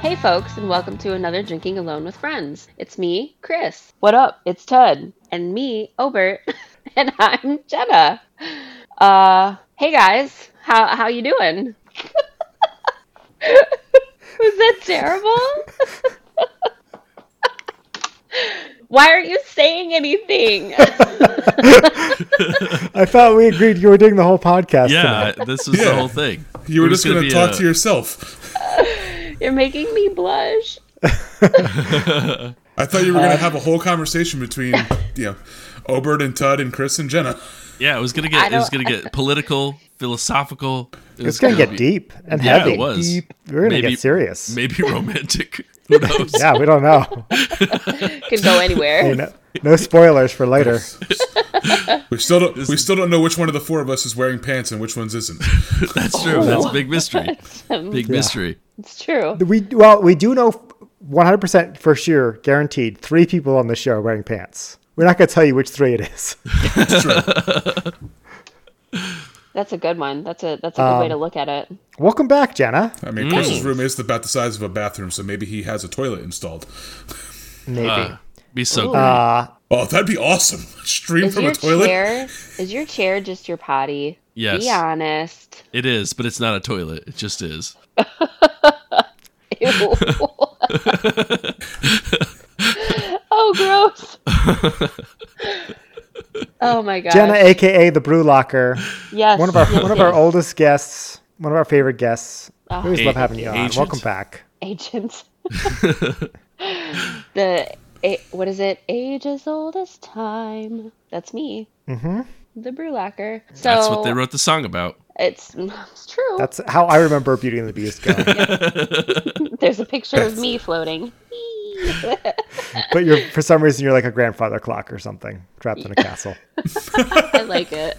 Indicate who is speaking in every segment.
Speaker 1: Hey, folks, and welcome to another Drinking Alone with Friends. It's me, Chris,
Speaker 2: What up? It's Ted.
Speaker 1: and me, Obert, and I'm Jenna. Uh, hey guys, how how you doing? Was that terrible? Why aren't you saying anything?
Speaker 3: I thought we agreed you were doing the whole podcast. tonight.
Speaker 4: Yeah, this was the
Speaker 5: Yeah.
Speaker 4: whole thing.
Speaker 5: You were
Speaker 4: It was
Speaker 5: just going to
Speaker 4: be
Speaker 5: talk
Speaker 4: a-
Speaker 5: to yourself.
Speaker 1: You're making me blush.
Speaker 5: I thought you were
Speaker 1: Uh,
Speaker 5: going to have a whole conversation between, you know, Obert and Tud and Chris and Jenna.
Speaker 4: Yeah, it was gonna
Speaker 1: I
Speaker 4: get it
Speaker 1: don't-
Speaker 4: was gonna get political, philosophical. It
Speaker 3: It's gonna get
Speaker 4: be-
Speaker 3: deep and
Speaker 4: Yeah,
Speaker 3: heavy.
Speaker 4: it was.
Speaker 3: Deep. We're gonna
Speaker 4: Maybe-
Speaker 3: get serious.
Speaker 4: maybe romantic. Who knows?
Speaker 3: Yeah, we don't know.
Speaker 1: Could go anywhere.
Speaker 3: Hey, no, no spoilers for later.
Speaker 5: We still don't. We still don't know which one of the four of us is wearing pants and which ones isn't.
Speaker 4: That's true. That's a big mystery. Big mystery.
Speaker 1: It's true.
Speaker 3: We well, we do know 100% for sure, guaranteed. Three people on the show are wearing pants. We're not gonna tell you which three it is.
Speaker 5: It's true.
Speaker 1: That's a good one. That's a that's a good
Speaker 2: Um,
Speaker 1: way to look at it.
Speaker 3: Welcome back, Jenna.
Speaker 5: I mean, Chris's
Speaker 4: Mm.
Speaker 5: room is about the size of a bathroom, so maybe he has a toilet installed.
Speaker 3: Maybe.
Speaker 4: Uh, Be so great.
Speaker 5: Oh, that'd be awesome! Stream
Speaker 1: Is
Speaker 5: from
Speaker 1: your
Speaker 5: a toilet.
Speaker 1: chair is your chair just your potty?
Speaker 4: Yes.
Speaker 1: Be honest.
Speaker 4: It is, but it's not a toilet. It just is.
Speaker 1: Ew. oh, gross. oh my god.
Speaker 3: Jenna, aka the Brew Locker,
Speaker 1: yes.
Speaker 3: one of our
Speaker 1: yes,
Speaker 3: one of our
Speaker 1: yes.
Speaker 3: oldest guests, one of our favorite guests. We always
Speaker 4: Ah.
Speaker 3: love having you on.
Speaker 4: Agent.
Speaker 3: Welcome back.
Speaker 1: agents. the a, what is it? Age as old as time. That's me. Mm-hmm. The brew locker. So
Speaker 4: That's what they wrote the song about.
Speaker 1: It's, it's true.
Speaker 3: That's how I remember Beauty and the Beast going.
Speaker 1: There's a picture of me floating.
Speaker 3: but you're for some reason you're like a grandfather clock or something trapped in a castle
Speaker 1: I like it.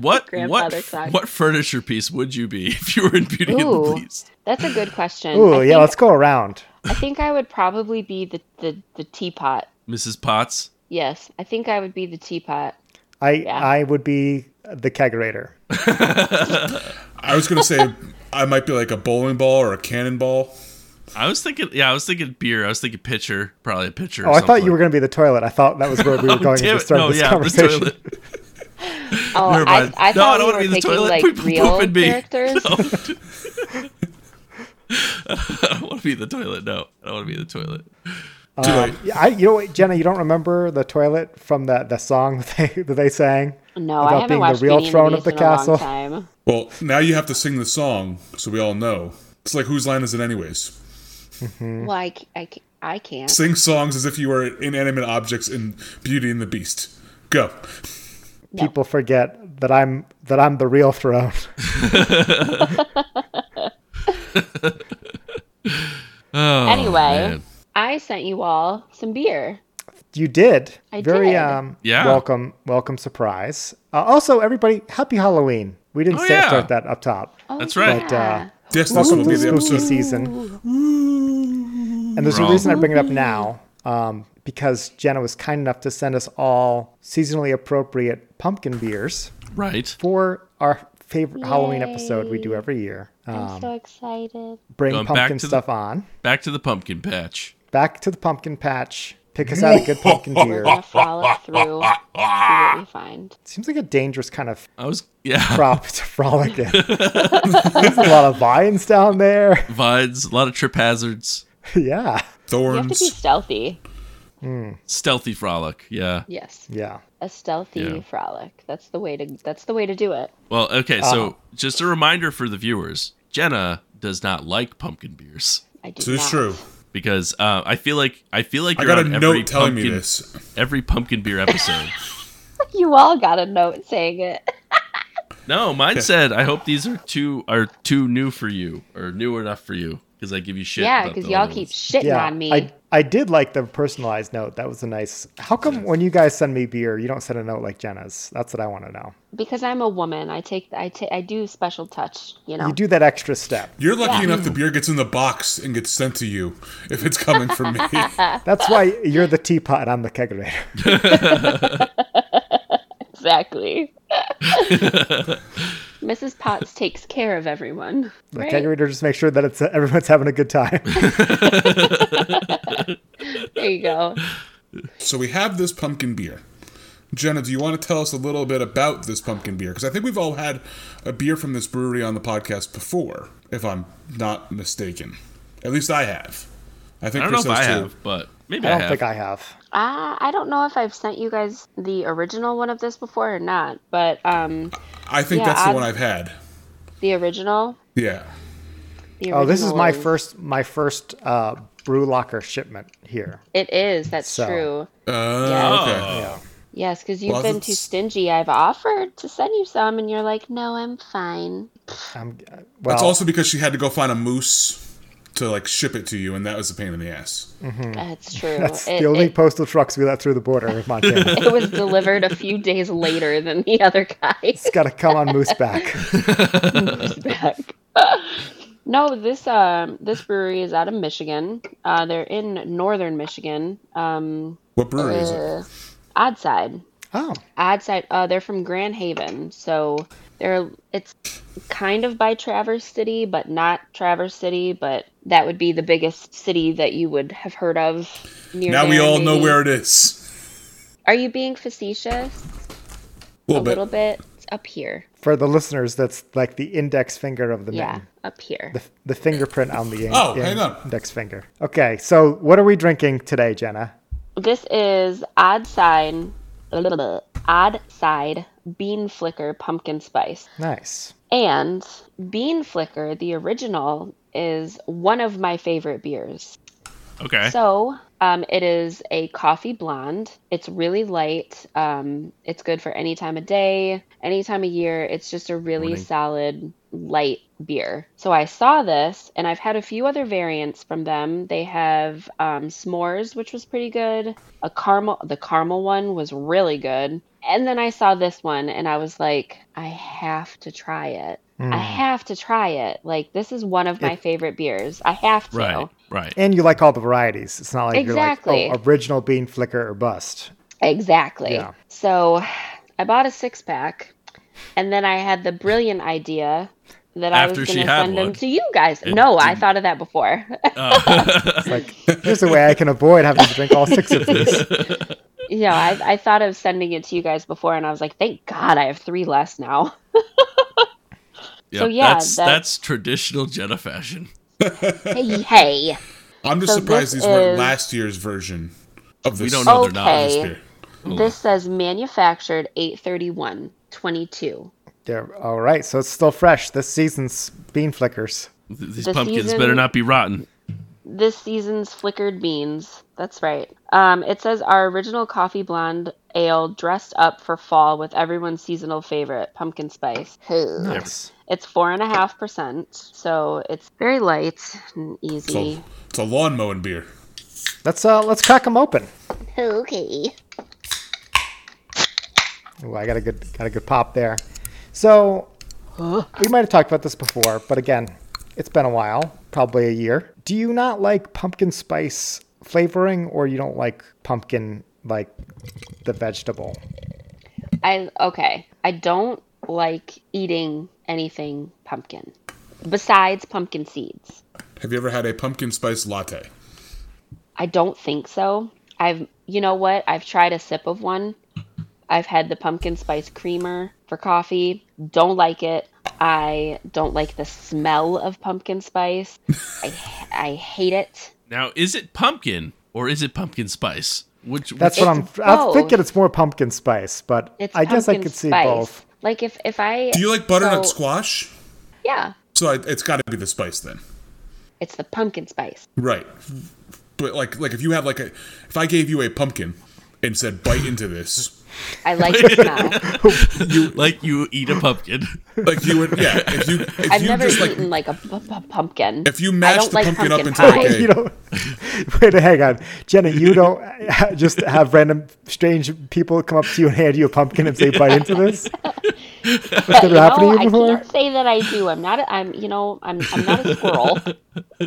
Speaker 4: What what
Speaker 1: Grandfather clock.
Speaker 4: what furniture piece would you be if you were in Beauty and
Speaker 1: Ooh,
Speaker 4: the Beast?
Speaker 1: that's a good question.
Speaker 3: ooh
Speaker 1: I,
Speaker 3: yeah
Speaker 1: think,
Speaker 3: let's go around
Speaker 1: I think I would probably be the, the, the teapot.
Speaker 4: Mrs. Potts.
Speaker 1: Yes, I think I would be the teapot.
Speaker 3: i i would be the kegerator
Speaker 5: I was going to say I might be like a bowling ball or a cannonball.
Speaker 4: I was thinking. Yeah, I was thinking beer. I was thinking pitcher. Probably a pitcher.
Speaker 3: oh i thought you were going to be the toilet i thought that was where we were
Speaker 4: Oh,
Speaker 3: going at the start of this conversation
Speaker 1: Oh,
Speaker 4: Never
Speaker 1: I,
Speaker 4: mind.
Speaker 1: I
Speaker 4: No,
Speaker 1: thought
Speaker 4: I don't
Speaker 1: we
Speaker 4: wanna
Speaker 1: were
Speaker 4: be the
Speaker 1: picking
Speaker 4: toilet.
Speaker 1: like
Speaker 4: Poop- poop
Speaker 1: real
Speaker 4: in me.
Speaker 1: characters.
Speaker 4: I don't want to be the toilet. No, I don't want to be the toilet.
Speaker 5: Too
Speaker 1: Uh,
Speaker 5: late.
Speaker 3: Yeah, I, you know what jenna you don't remember the toilet from the, the song that they, that they sang
Speaker 1: No,
Speaker 3: About
Speaker 1: I haven't
Speaker 3: being the
Speaker 1: watched
Speaker 3: real
Speaker 1: Beauty and
Speaker 3: throne of
Speaker 1: Beast in
Speaker 3: the
Speaker 1: a long
Speaker 3: castle.
Speaker 1: time.
Speaker 5: Well, now you have to sing the song so we all know. It's like whose line is it anyways?
Speaker 3: Mm.
Speaker 1: Well, I, c- I c- I can't.
Speaker 5: Sing songs as if you were inanimate objects in Beauty and the Beast. Go.
Speaker 3: people forget that i'm that i'm the real throne
Speaker 4: Oh,
Speaker 1: Anyway.
Speaker 4: man.
Speaker 1: I sent you all some beer.
Speaker 3: you did
Speaker 1: I
Speaker 3: very
Speaker 1: did.
Speaker 3: um
Speaker 4: Yeah.
Speaker 3: welcome welcome surprise uh, also everybody happy halloween we didn't
Speaker 4: Oh,
Speaker 3: say,
Speaker 4: yeah.
Speaker 3: start that up top
Speaker 1: Oh,
Speaker 4: That's right.
Speaker 3: But,
Speaker 1: yeah.
Speaker 3: uh,
Speaker 5: Yes, this
Speaker 3: Welcome
Speaker 5: will
Speaker 3: to
Speaker 5: be the
Speaker 3: spooky
Speaker 5: episode.
Speaker 3: season. And there's
Speaker 4: Wrong.
Speaker 3: a reason I bring it up now, um, because Jenna was kind enough to send us all seasonally appropriate pumpkin beers
Speaker 4: right.
Speaker 3: for our favorite Halloween episode we do every year.
Speaker 1: I'm
Speaker 3: Um,
Speaker 1: so excited.
Speaker 3: bring
Speaker 4: Going back
Speaker 3: pumpkin
Speaker 4: to the-
Speaker 3: stuff on.
Speaker 4: Back to the pumpkin patch.
Speaker 3: Back to the pumpkin patch. Pick us out a good pumpkin
Speaker 1: We're
Speaker 3: beer.
Speaker 1: gonna frolic through. See what we find.
Speaker 3: Seems like a dangerous kind of
Speaker 4: I was yeah.
Speaker 3: prop to frolic in. there's a lot of vines down there.
Speaker 4: Vines, a lot of trip hazards,
Speaker 3: yeah.
Speaker 1: You have to be
Speaker 5: Thorns.
Speaker 1: stealthy.
Speaker 4: stealthy frolic. Yeah.
Speaker 1: Yes,
Speaker 3: Yeah.
Speaker 1: a stealthy
Speaker 4: Yeah.
Speaker 1: frolic. That's the way to. That's the way to do it.
Speaker 4: Well, okay. So
Speaker 5: Uh-huh.
Speaker 4: just a reminder for the viewers: Jenna does not like pumpkin beers
Speaker 1: I do.
Speaker 5: This is
Speaker 1: not.
Speaker 5: true.
Speaker 4: because uh, I feel like I feel like
Speaker 5: I
Speaker 4: you're
Speaker 5: got a
Speaker 4: on every
Speaker 5: note telling
Speaker 4: pumpkin,
Speaker 5: me this.
Speaker 4: every pumpkin beer episode.
Speaker 1: You all got a note saying it.
Speaker 4: no, mine said I hope these are too are too new for you or new enough for you because I give you shit.
Speaker 1: yeah,
Speaker 4: about
Speaker 1: because
Speaker 4: the
Speaker 1: y'all
Speaker 4: other
Speaker 1: keep
Speaker 4: ones.
Speaker 1: shitting on me.
Speaker 3: I, I did like the personalized note. That was a nice. How come when you guys send me beer, you don't send a note like Jenna's? That's what I want to know.
Speaker 1: because I'm a woman. I take. I take. I do special touch. You know.
Speaker 3: You do that extra step.
Speaker 5: You're lucky enough the beer gets in the box and gets sent to you if it's coming from me.
Speaker 3: That's why you're the teapot and I'm the kegerator.
Speaker 1: exactly. Mrs. Potts takes care of everyone.
Speaker 3: The
Speaker 1: right?
Speaker 3: kangaroo just make sure that it's everyone's having a good time.
Speaker 1: There you go.
Speaker 5: So we have this pumpkin beer. Jenna, do you want to tell us a little bit about this pumpkin beer? Because I think we've all had a beer from this brewery on the podcast before, if I'm not mistaken. At least I have. I think
Speaker 4: I don't know if I
Speaker 5: Christos too.
Speaker 4: have, but maybe
Speaker 3: I
Speaker 4: I,
Speaker 3: don't
Speaker 4: have.
Speaker 3: think I have.
Speaker 1: Uh, I don't know if I've sent you guys the original one of this before or not, but um,
Speaker 5: I think
Speaker 1: Yeah,
Speaker 5: that's the
Speaker 1: I've-
Speaker 5: one I've had.
Speaker 1: the original.
Speaker 5: Yeah.
Speaker 1: The
Speaker 3: Oh, this is
Speaker 1: original
Speaker 3: my
Speaker 1: one-
Speaker 3: first my first uh, brew locker shipment here.
Speaker 1: It is. That's
Speaker 3: So.
Speaker 1: true.
Speaker 5: Uh,
Speaker 1: Yeah.
Speaker 5: Okay.
Speaker 4: Oh.
Speaker 1: Yes, because you've
Speaker 5: Well,
Speaker 1: been
Speaker 5: that's-
Speaker 1: too stingy. I've offered to send you some, and you're like, "No, I'm fine."
Speaker 3: I'm, uh, well,
Speaker 5: That's also because she had to go find a moose to like ship it to you, and that was a pain in the ass.
Speaker 1: That's true.
Speaker 3: Mm. that's
Speaker 1: it,
Speaker 3: the only
Speaker 1: it,
Speaker 3: postal trucks we let through the border of Montana.
Speaker 1: it was delivered a few days later than the other guy.
Speaker 3: it's got to come on moose back.
Speaker 1: back. no, this um this brewery is out of Michigan. Uh, they're in northern Michigan. Um,
Speaker 5: What brewery is it?
Speaker 1: uh, Oddside.
Speaker 3: Oh,
Speaker 1: Oddside. Uh, they're from Grand Haven, so they're it's kind of by Traverse City, but not Traverse City. But that would be the biggest city that you would have heard of. Near
Speaker 5: Now we
Speaker 1: there,
Speaker 5: all know
Speaker 1: maybe.
Speaker 5: where it is.
Speaker 1: Are you being facetious?
Speaker 5: A
Speaker 1: A
Speaker 5: little bit.
Speaker 1: little bit. It's up here.
Speaker 3: for the listeners, that's like the index finger of the
Speaker 1: Yeah,
Speaker 3: mitten.
Speaker 1: up here.
Speaker 3: The, the fingerprint on the in-
Speaker 5: Oh, hang on.
Speaker 3: index finger. Okay, so what are we drinking today, Jenna?
Speaker 1: This is Odd Sign, Odd Side Bean Flicker Pumpkin Spice.
Speaker 3: Nice.
Speaker 1: And Bean Flicker, the original, is one of my favorite beers.
Speaker 4: Okay.
Speaker 1: So um, it is a coffee blonde. It's really light. Um, it's good for any time of day, any time of year. It's just a really
Speaker 4: Morning.
Speaker 1: solid light beer. So I saw this, and I've had a few other variants from them. They have um, s'mores, which was pretty good. A caramel, the caramel one was really good. And then I saw this one, and I was like, I have to try it.
Speaker 4: Hmm.
Speaker 1: I have to try it. Like this is one of my favorite beers. I have to.
Speaker 4: right. Right.
Speaker 3: And you like all the varieties. It's not like you're
Speaker 1: Exactly.
Speaker 3: like, oh, original bean flicker or bust.
Speaker 1: Exactly.
Speaker 3: Yeah.
Speaker 1: So I bought a six pack, and then I had the brilliant idea that I
Speaker 4: After
Speaker 1: was
Speaker 4: she
Speaker 1: going to
Speaker 4: had
Speaker 1: send
Speaker 4: one.
Speaker 1: them to you guys. no, I thought of that before.
Speaker 3: Like, here's a way I can avoid having to drink all six of these.
Speaker 1: yeah, I, I thought of sending it to you guys before, and I was like, thank God I have three less now.
Speaker 4: Yep.
Speaker 1: so yeah,
Speaker 4: that's
Speaker 1: that-
Speaker 4: that's traditional Jenna fashion.
Speaker 1: hey, hey.
Speaker 5: I'm just
Speaker 1: So
Speaker 5: surprised
Speaker 1: this
Speaker 5: these weren't
Speaker 1: is-
Speaker 5: last year's version of this.
Speaker 4: We don't know they're not.
Speaker 5: this
Speaker 1: Okay.
Speaker 5: beer.
Speaker 1: This says manufactured 831 22.
Speaker 3: Yeah, all right, so it's still fresh. This season's bean flickers.
Speaker 4: Th- These
Speaker 1: The
Speaker 4: pumpkins
Speaker 1: season-
Speaker 4: better not be rotten.
Speaker 1: this season's flickered beans. That's right. Um, it says our original coffee blonde ale dressed up for fall with everyone's seasonal favorite, pumpkin spice.
Speaker 3: Nice.
Speaker 1: It's four and a half percent, so it's very light and easy.
Speaker 5: So it's a lawn mowing beer.
Speaker 3: Let's uh, let's crack them open.
Speaker 1: Okay.
Speaker 3: Ooh, I got a good got a good pop there. So we might have talked about this before, but again, it's been a while, probably a year. Do you not like pumpkin spice flavoring, or you don't like pumpkin like the vegetable?
Speaker 1: I okay. I don't like eating anything pumpkin besides pumpkin seeds.
Speaker 5: Have you ever had a pumpkin spice latte?
Speaker 1: I don't think so. I've, you know what? I've tried a sip of one. I've had the pumpkin spice creamer for coffee. Don't like it. I don't like the smell of pumpkin spice. I, I hate it.
Speaker 4: Now, is it pumpkin or is it pumpkin spice? Which
Speaker 3: That's
Speaker 4: which-
Speaker 3: what I'm. I'm
Speaker 1: both.
Speaker 3: thinking it's more pumpkin spice, but
Speaker 1: It's
Speaker 3: I guess I
Speaker 1: pumpkin
Speaker 3: could see
Speaker 1: spice.
Speaker 3: both.
Speaker 1: Like if if I
Speaker 5: Do you like butternut
Speaker 1: so-
Speaker 5: squash?
Speaker 1: Yeah,
Speaker 5: So I, it's got to be the spice then,
Speaker 1: it's the pumpkin spice.
Speaker 5: right? But like, like if you had like a, if I gave you a pumpkin and said bite into this,
Speaker 1: I like the smell.
Speaker 4: like you eat a pumpkin.
Speaker 5: like you would, yeah. If you, if
Speaker 1: I've
Speaker 5: you
Speaker 1: never
Speaker 5: just like,
Speaker 1: eaten like, a pu- pu- pumpkin.
Speaker 5: if you
Speaker 1: I
Speaker 5: mash
Speaker 1: don't
Speaker 5: the
Speaker 1: like
Speaker 5: pumpkin up
Speaker 1: pumpkin
Speaker 5: into like
Speaker 1: pie.
Speaker 5: a,
Speaker 3: You know, wait, hang on, Jenna. You don't just have random strange people come up to you and hand you a pumpkin and say, "Bite into this." That's never
Speaker 1: You
Speaker 3: happened
Speaker 1: know,
Speaker 3: to you before.
Speaker 1: I can't say that I do. I'm not. A, I'm. You know. I'm. I'm not a squirrel.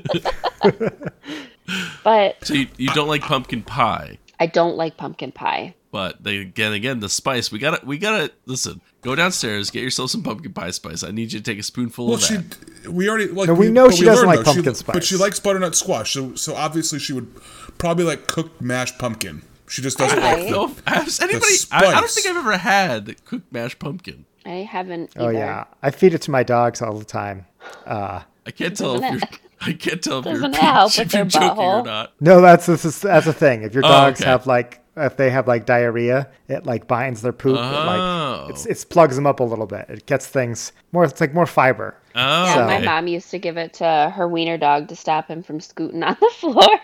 Speaker 1: but
Speaker 4: So you, you don't like pumpkin pie.
Speaker 1: I don't like pumpkin pie.
Speaker 4: But they, again, again, the spice. We gotta, we gotta listen. Go downstairs, get yourself some pumpkin pie spice. I need you to take a spoonful
Speaker 5: Well,
Speaker 4: of
Speaker 5: she
Speaker 4: that.
Speaker 5: we already like
Speaker 3: No, we know
Speaker 5: but
Speaker 3: she doesn't
Speaker 5: learned,
Speaker 3: like
Speaker 5: though, she-
Speaker 3: pumpkin spice.
Speaker 5: but she likes butternut squash. So so obviously she would probably like cooked mashed pumpkin. She just doesn't like
Speaker 1: Right.
Speaker 5: the-
Speaker 4: No, has anybody? I, I don't
Speaker 5: spice.
Speaker 4: think I've ever had cooked mashed pumpkin.
Speaker 1: I haven't.
Speaker 3: Oh
Speaker 1: either.
Speaker 3: yeah, I feed it to my dogs all the time.
Speaker 4: I can't tell if
Speaker 1: Doesn't
Speaker 4: you're. I can't tell if you're,
Speaker 1: doesn't help
Speaker 4: if
Speaker 1: with
Speaker 4: you're
Speaker 1: their
Speaker 4: joking or
Speaker 1: butthole.
Speaker 4: not.
Speaker 3: No, that's this is that's a thing. If your dogs
Speaker 4: okay.
Speaker 3: have like if they have like diarrhea, it like binds their poop. It,
Speaker 4: Oh.
Speaker 3: like it's it's plugs them up a little bit. It gets things more. It's like more fiber.
Speaker 4: Oh,
Speaker 1: Yeah, my
Speaker 4: okay.
Speaker 1: mom used to give it to her wiener dog to stop him from scooting on the floor.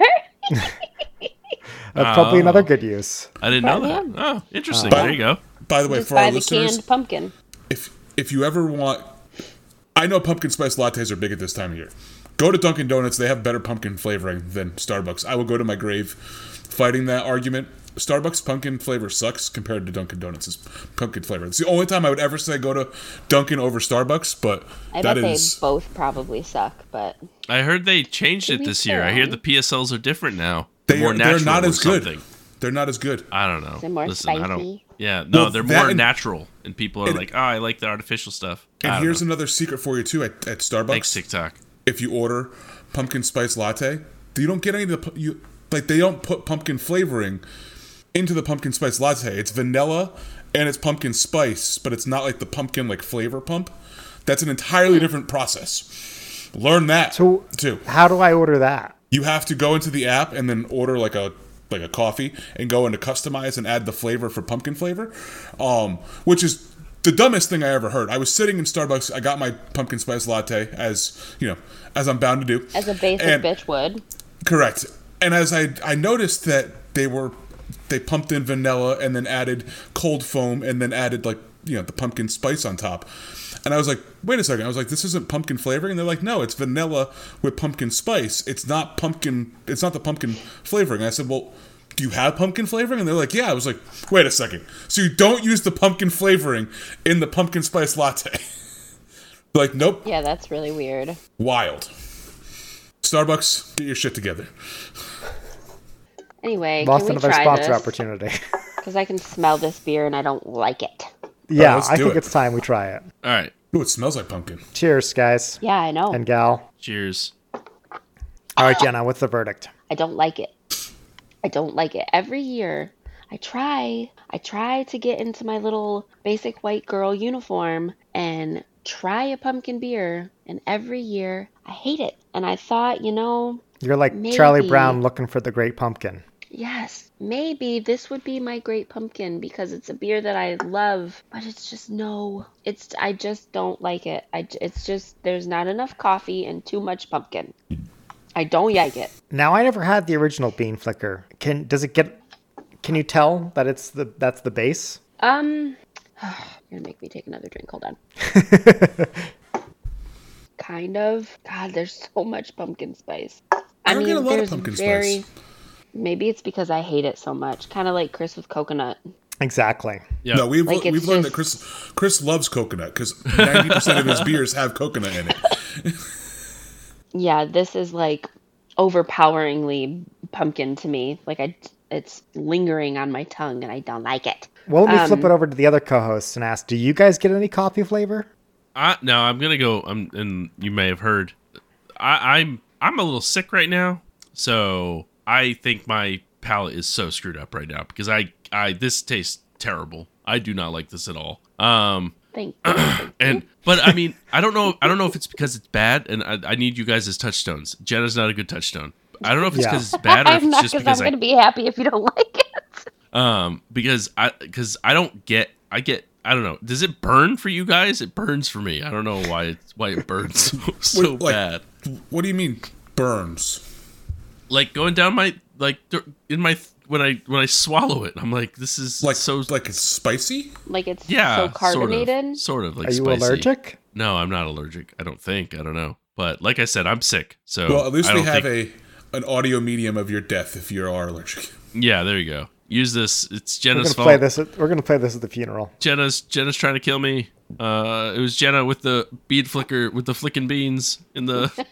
Speaker 3: That's probably
Speaker 4: Oh.
Speaker 3: another good use.
Speaker 4: I didn't know that.
Speaker 1: Right
Speaker 4: Oh, interesting.
Speaker 5: But-
Speaker 4: there you go.
Speaker 5: By the way,
Speaker 1: Just
Speaker 5: for our
Speaker 1: buy the
Speaker 5: listeners,
Speaker 1: canned pumpkin.
Speaker 5: if if you ever want, I know pumpkin spice lattes are big at this time of year. Go to Dunkin' Donuts; they have better pumpkin flavoring than Starbucks. I will go to my grave fighting that argument. Starbucks pumpkin flavor sucks compared to Dunkin' Donuts' pumpkin flavor. It's the only time I would ever say go to Dunkin' over Starbucks, but
Speaker 1: I
Speaker 5: that
Speaker 1: bet
Speaker 5: is
Speaker 1: they both probably suck, but
Speaker 4: I heard they changed it
Speaker 1: we
Speaker 4: this
Speaker 1: say
Speaker 4: year. I hear
Speaker 1: that?
Speaker 4: the PSLs are different now.
Speaker 5: they
Speaker 4: more
Speaker 5: are, they're
Speaker 4: natural
Speaker 5: not
Speaker 4: or
Speaker 5: as good.
Speaker 4: something.
Speaker 5: They're not as good.
Speaker 4: I don't know.
Speaker 1: They're more
Speaker 4: Listen, I don't.
Speaker 1: spicy.
Speaker 4: Yeah, no,
Speaker 5: Well,
Speaker 4: they're
Speaker 5: that
Speaker 4: more
Speaker 5: and-
Speaker 4: natural, and people are
Speaker 5: and-
Speaker 4: like, "Oh, I like the artificial stuff." I
Speaker 5: And
Speaker 4: don't
Speaker 5: here's
Speaker 4: know.
Speaker 5: another secret for you too at, at Starbucks.
Speaker 4: thanks TikTok.
Speaker 5: if you order pumpkin spice latte, you don't get any of the pu- you like they don't put pumpkin flavoring into the pumpkin spice latte. It's vanilla and it's pumpkin spice, but it's not like the pumpkin like flavor pump. That's an entirely different process. Learn that
Speaker 3: So
Speaker 5: too.
Speaker 3: how do I order that?
Speaker 5: You have to go into the app and then order like a like a coffee and go into customize and add the flavor for pumpkin flavor, um, which is the dumbest thing I ever heard. I was sitting in Starbucks. I got my pumpkin spice latte as you know as I'm bound to do
Speaker 1: as a basic
Speaker 5: And-
Speaker 1: bitch would.
Speaker 5: Correct. And as I I noticed that they were they pumped in vanilla and then added cold foam and then added like you know the pumpkin spice on top. And I was like, wait a second. I was like, this isn't pumpkin flavoring. And they're like, no, it's vanilla with pumpkin spice. It's not pumpkin. It's not the pumpkin flavoring. I said, well, do you have pumpkin flavoring? And they're like, yeah. I was like, wait a second. So you don't use the pumpkin flavoring in the pumpkin spice latte? They're like, nope.
Speaker 1: Yeah, that's really weird.
Speaker 5: Wild. Starbucks, get your shit together.
Speaker 1: Anyway, can
Speaker 3: Lost
Speaker 1: we
Speaker 3: another
Speaker 1: try
Speaker 3: sponsor
Speaker 1: this?
Speaker 3: opportunity.
Speaker 1: Because I can smell this beer and I don't like it.
Speaker 3: yeah,
Speaker 5: let's
Speaker 3: I
Speaker 5: do
Speaker 3: think
Speaker 5: it.
Speaker 3: it's time we try it.
Speaker 4: All right,
Speaker 5: Ooh, it smells like pumpkin.
Speaker 3: Cheers, guys
Speaker 1: Yeah, I know.
Speaker 3: and gal.
Speaker 4: cheers.
Speaker 3: All right, Jenna, what's the verdict?
Speaker 1: I don't like it. I don't like it. Every year, I try. I try to get into my little basic white girl uniform and try a pumpkin beer, and every year I hate it. And I thought, you know,
Speaker 3: You're like Charlie
Speaker 1: Maybe.
Speaker 3: Brown looking for the great pumpkin.
Speaker 1: yes, maybe this would be my great pumpkin because it's a beer that I love, but it's just no. It's I just don't like it. I j- it's just there's not enough coffee and too much pumpkin. I don't like it.
Speaker 3: Now I never had the original bean flicker. Can does it get? Can you tell that it's the that's the base?
Speaker 1: Um, you're gonna make me take another drink. Hold on. kind of. God, there's so much pumpkin spice. I,
Speaker 5: don't
Speaker 1: mean,
Speaker 5: get a lot of
Speaker 1: there's
Speaker 5: pumpkin
Speaker 1: very.
Speaker 5: spice.
Speaker 1: Maybe it's because I hate it so much. Kind of like Chris with coconut.
Speaker 3: Exactly.
Speaker 4: Yeah.
Speaker 5: No, we've
Speaker 1: Like, it's
Speaker 5: we've learned that
Speaker 1: just-
Speaker 5: Chris Chris loves coconut because ninety percent of his beers have coconut in it.
Speaker 1: Yeah, this is like overpoweringly pumpkin to me. Like I, it's lingering on my tongue, and I don't like it.
Speaker 3: Well, let me flip it over to the other co-hosts and ask: Do you guys get any coffee flavor?
Speaker 4: I, no, I'm gonna go. I'm, and you may have heard, I, I'm I'm a little sick right now, so I think my palate is so screwed up right now because I I this tastes terrible. I do not like this at all. Um,
Speaker 1: Thank you.
Speaker 4: and but I mean I don't know I don't know if it's because it's bad, and I, I need you guys as touchstones. Jenna's not a good touchstone. I don't know if it's
Speaker 3: Yeah.
Speaker 4: because it's bad or
Speaker 1: I'm
Speaker 4: if it's
Speaker 1: not
Speaker 4: just
Speaker 1: because I'm
Speaker 4: because I
Speaker 1: gonna be happy if you don't like it.
Speaker 4: um because i because i don't get i get i don't know does it burn for you guys it burns for me i don't know why it's why it burns so, so
Speaker 5: Wait, like-
Speaker 4: bad
Speaker 5: What do you mean burns?
Speaker 4: like going down my like dur- in my when i when i swallow it i'm like this is
Speaker 5: Like
Speaker 4: so
Speaker 5: like it's spicy?
Speaker 1: Like it's
Speaker 4: yeah
Speaker 1: so carbonated.
Speaker 4: sort of, sort of like
Speaker 3: Are you
Speaker 4: spicy.
Speaker 3: allergic?
Speaker 4: no i'm not allergic i don't think i don't know but like i said i'm sick so
Speaker 5: Well, at least
Speaker 4: Oh, I
Speaker 5: we
Speaker 4: don't
Speaker 5: have
Speaker 4: think-
Speaker 5: a an audio medium of your death if you are allergic.
Speaker 4: yeah there you go use this it's
Speaker 3: We're gonna
Speaker 4: jenna's
Speaker 3: play
Speaker 4: fault
Speaker 3: this. At, we're gonna play this at the funeral.
Speaker 4: Jenna's Jenna's trying to kill me. Uh, it was Jenna with the bead flicker with the flicking beans in the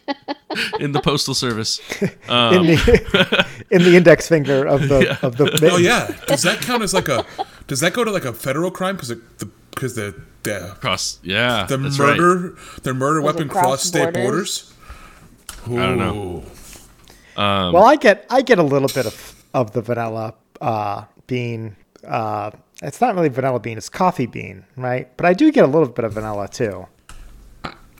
Speaker 4: in the postal service.
Speaker 3: in the in the index finger of the of the
Speaker 5: Oh yeah. Does that count as like a? Does that go to like a federal crime? Because the because the the,
Speaker 4: Cross. Yeah.
Speaker 5: the
Speaker 4: that's right.
Speaker 5: murder the murder weapon
Speaker 1: cross
Speaker 5: cross state
Speaker 1: borders?
Speaker 5: borders.
Speaker 4: I don't know.
Speaker 5: Ooh.
Speaker 3: Well, I get I get a little bit of of the vanilla uh, bean. Uh, it's not really vanilla bean; it's coffee bean, right? But I do get a little bit of vanilla too.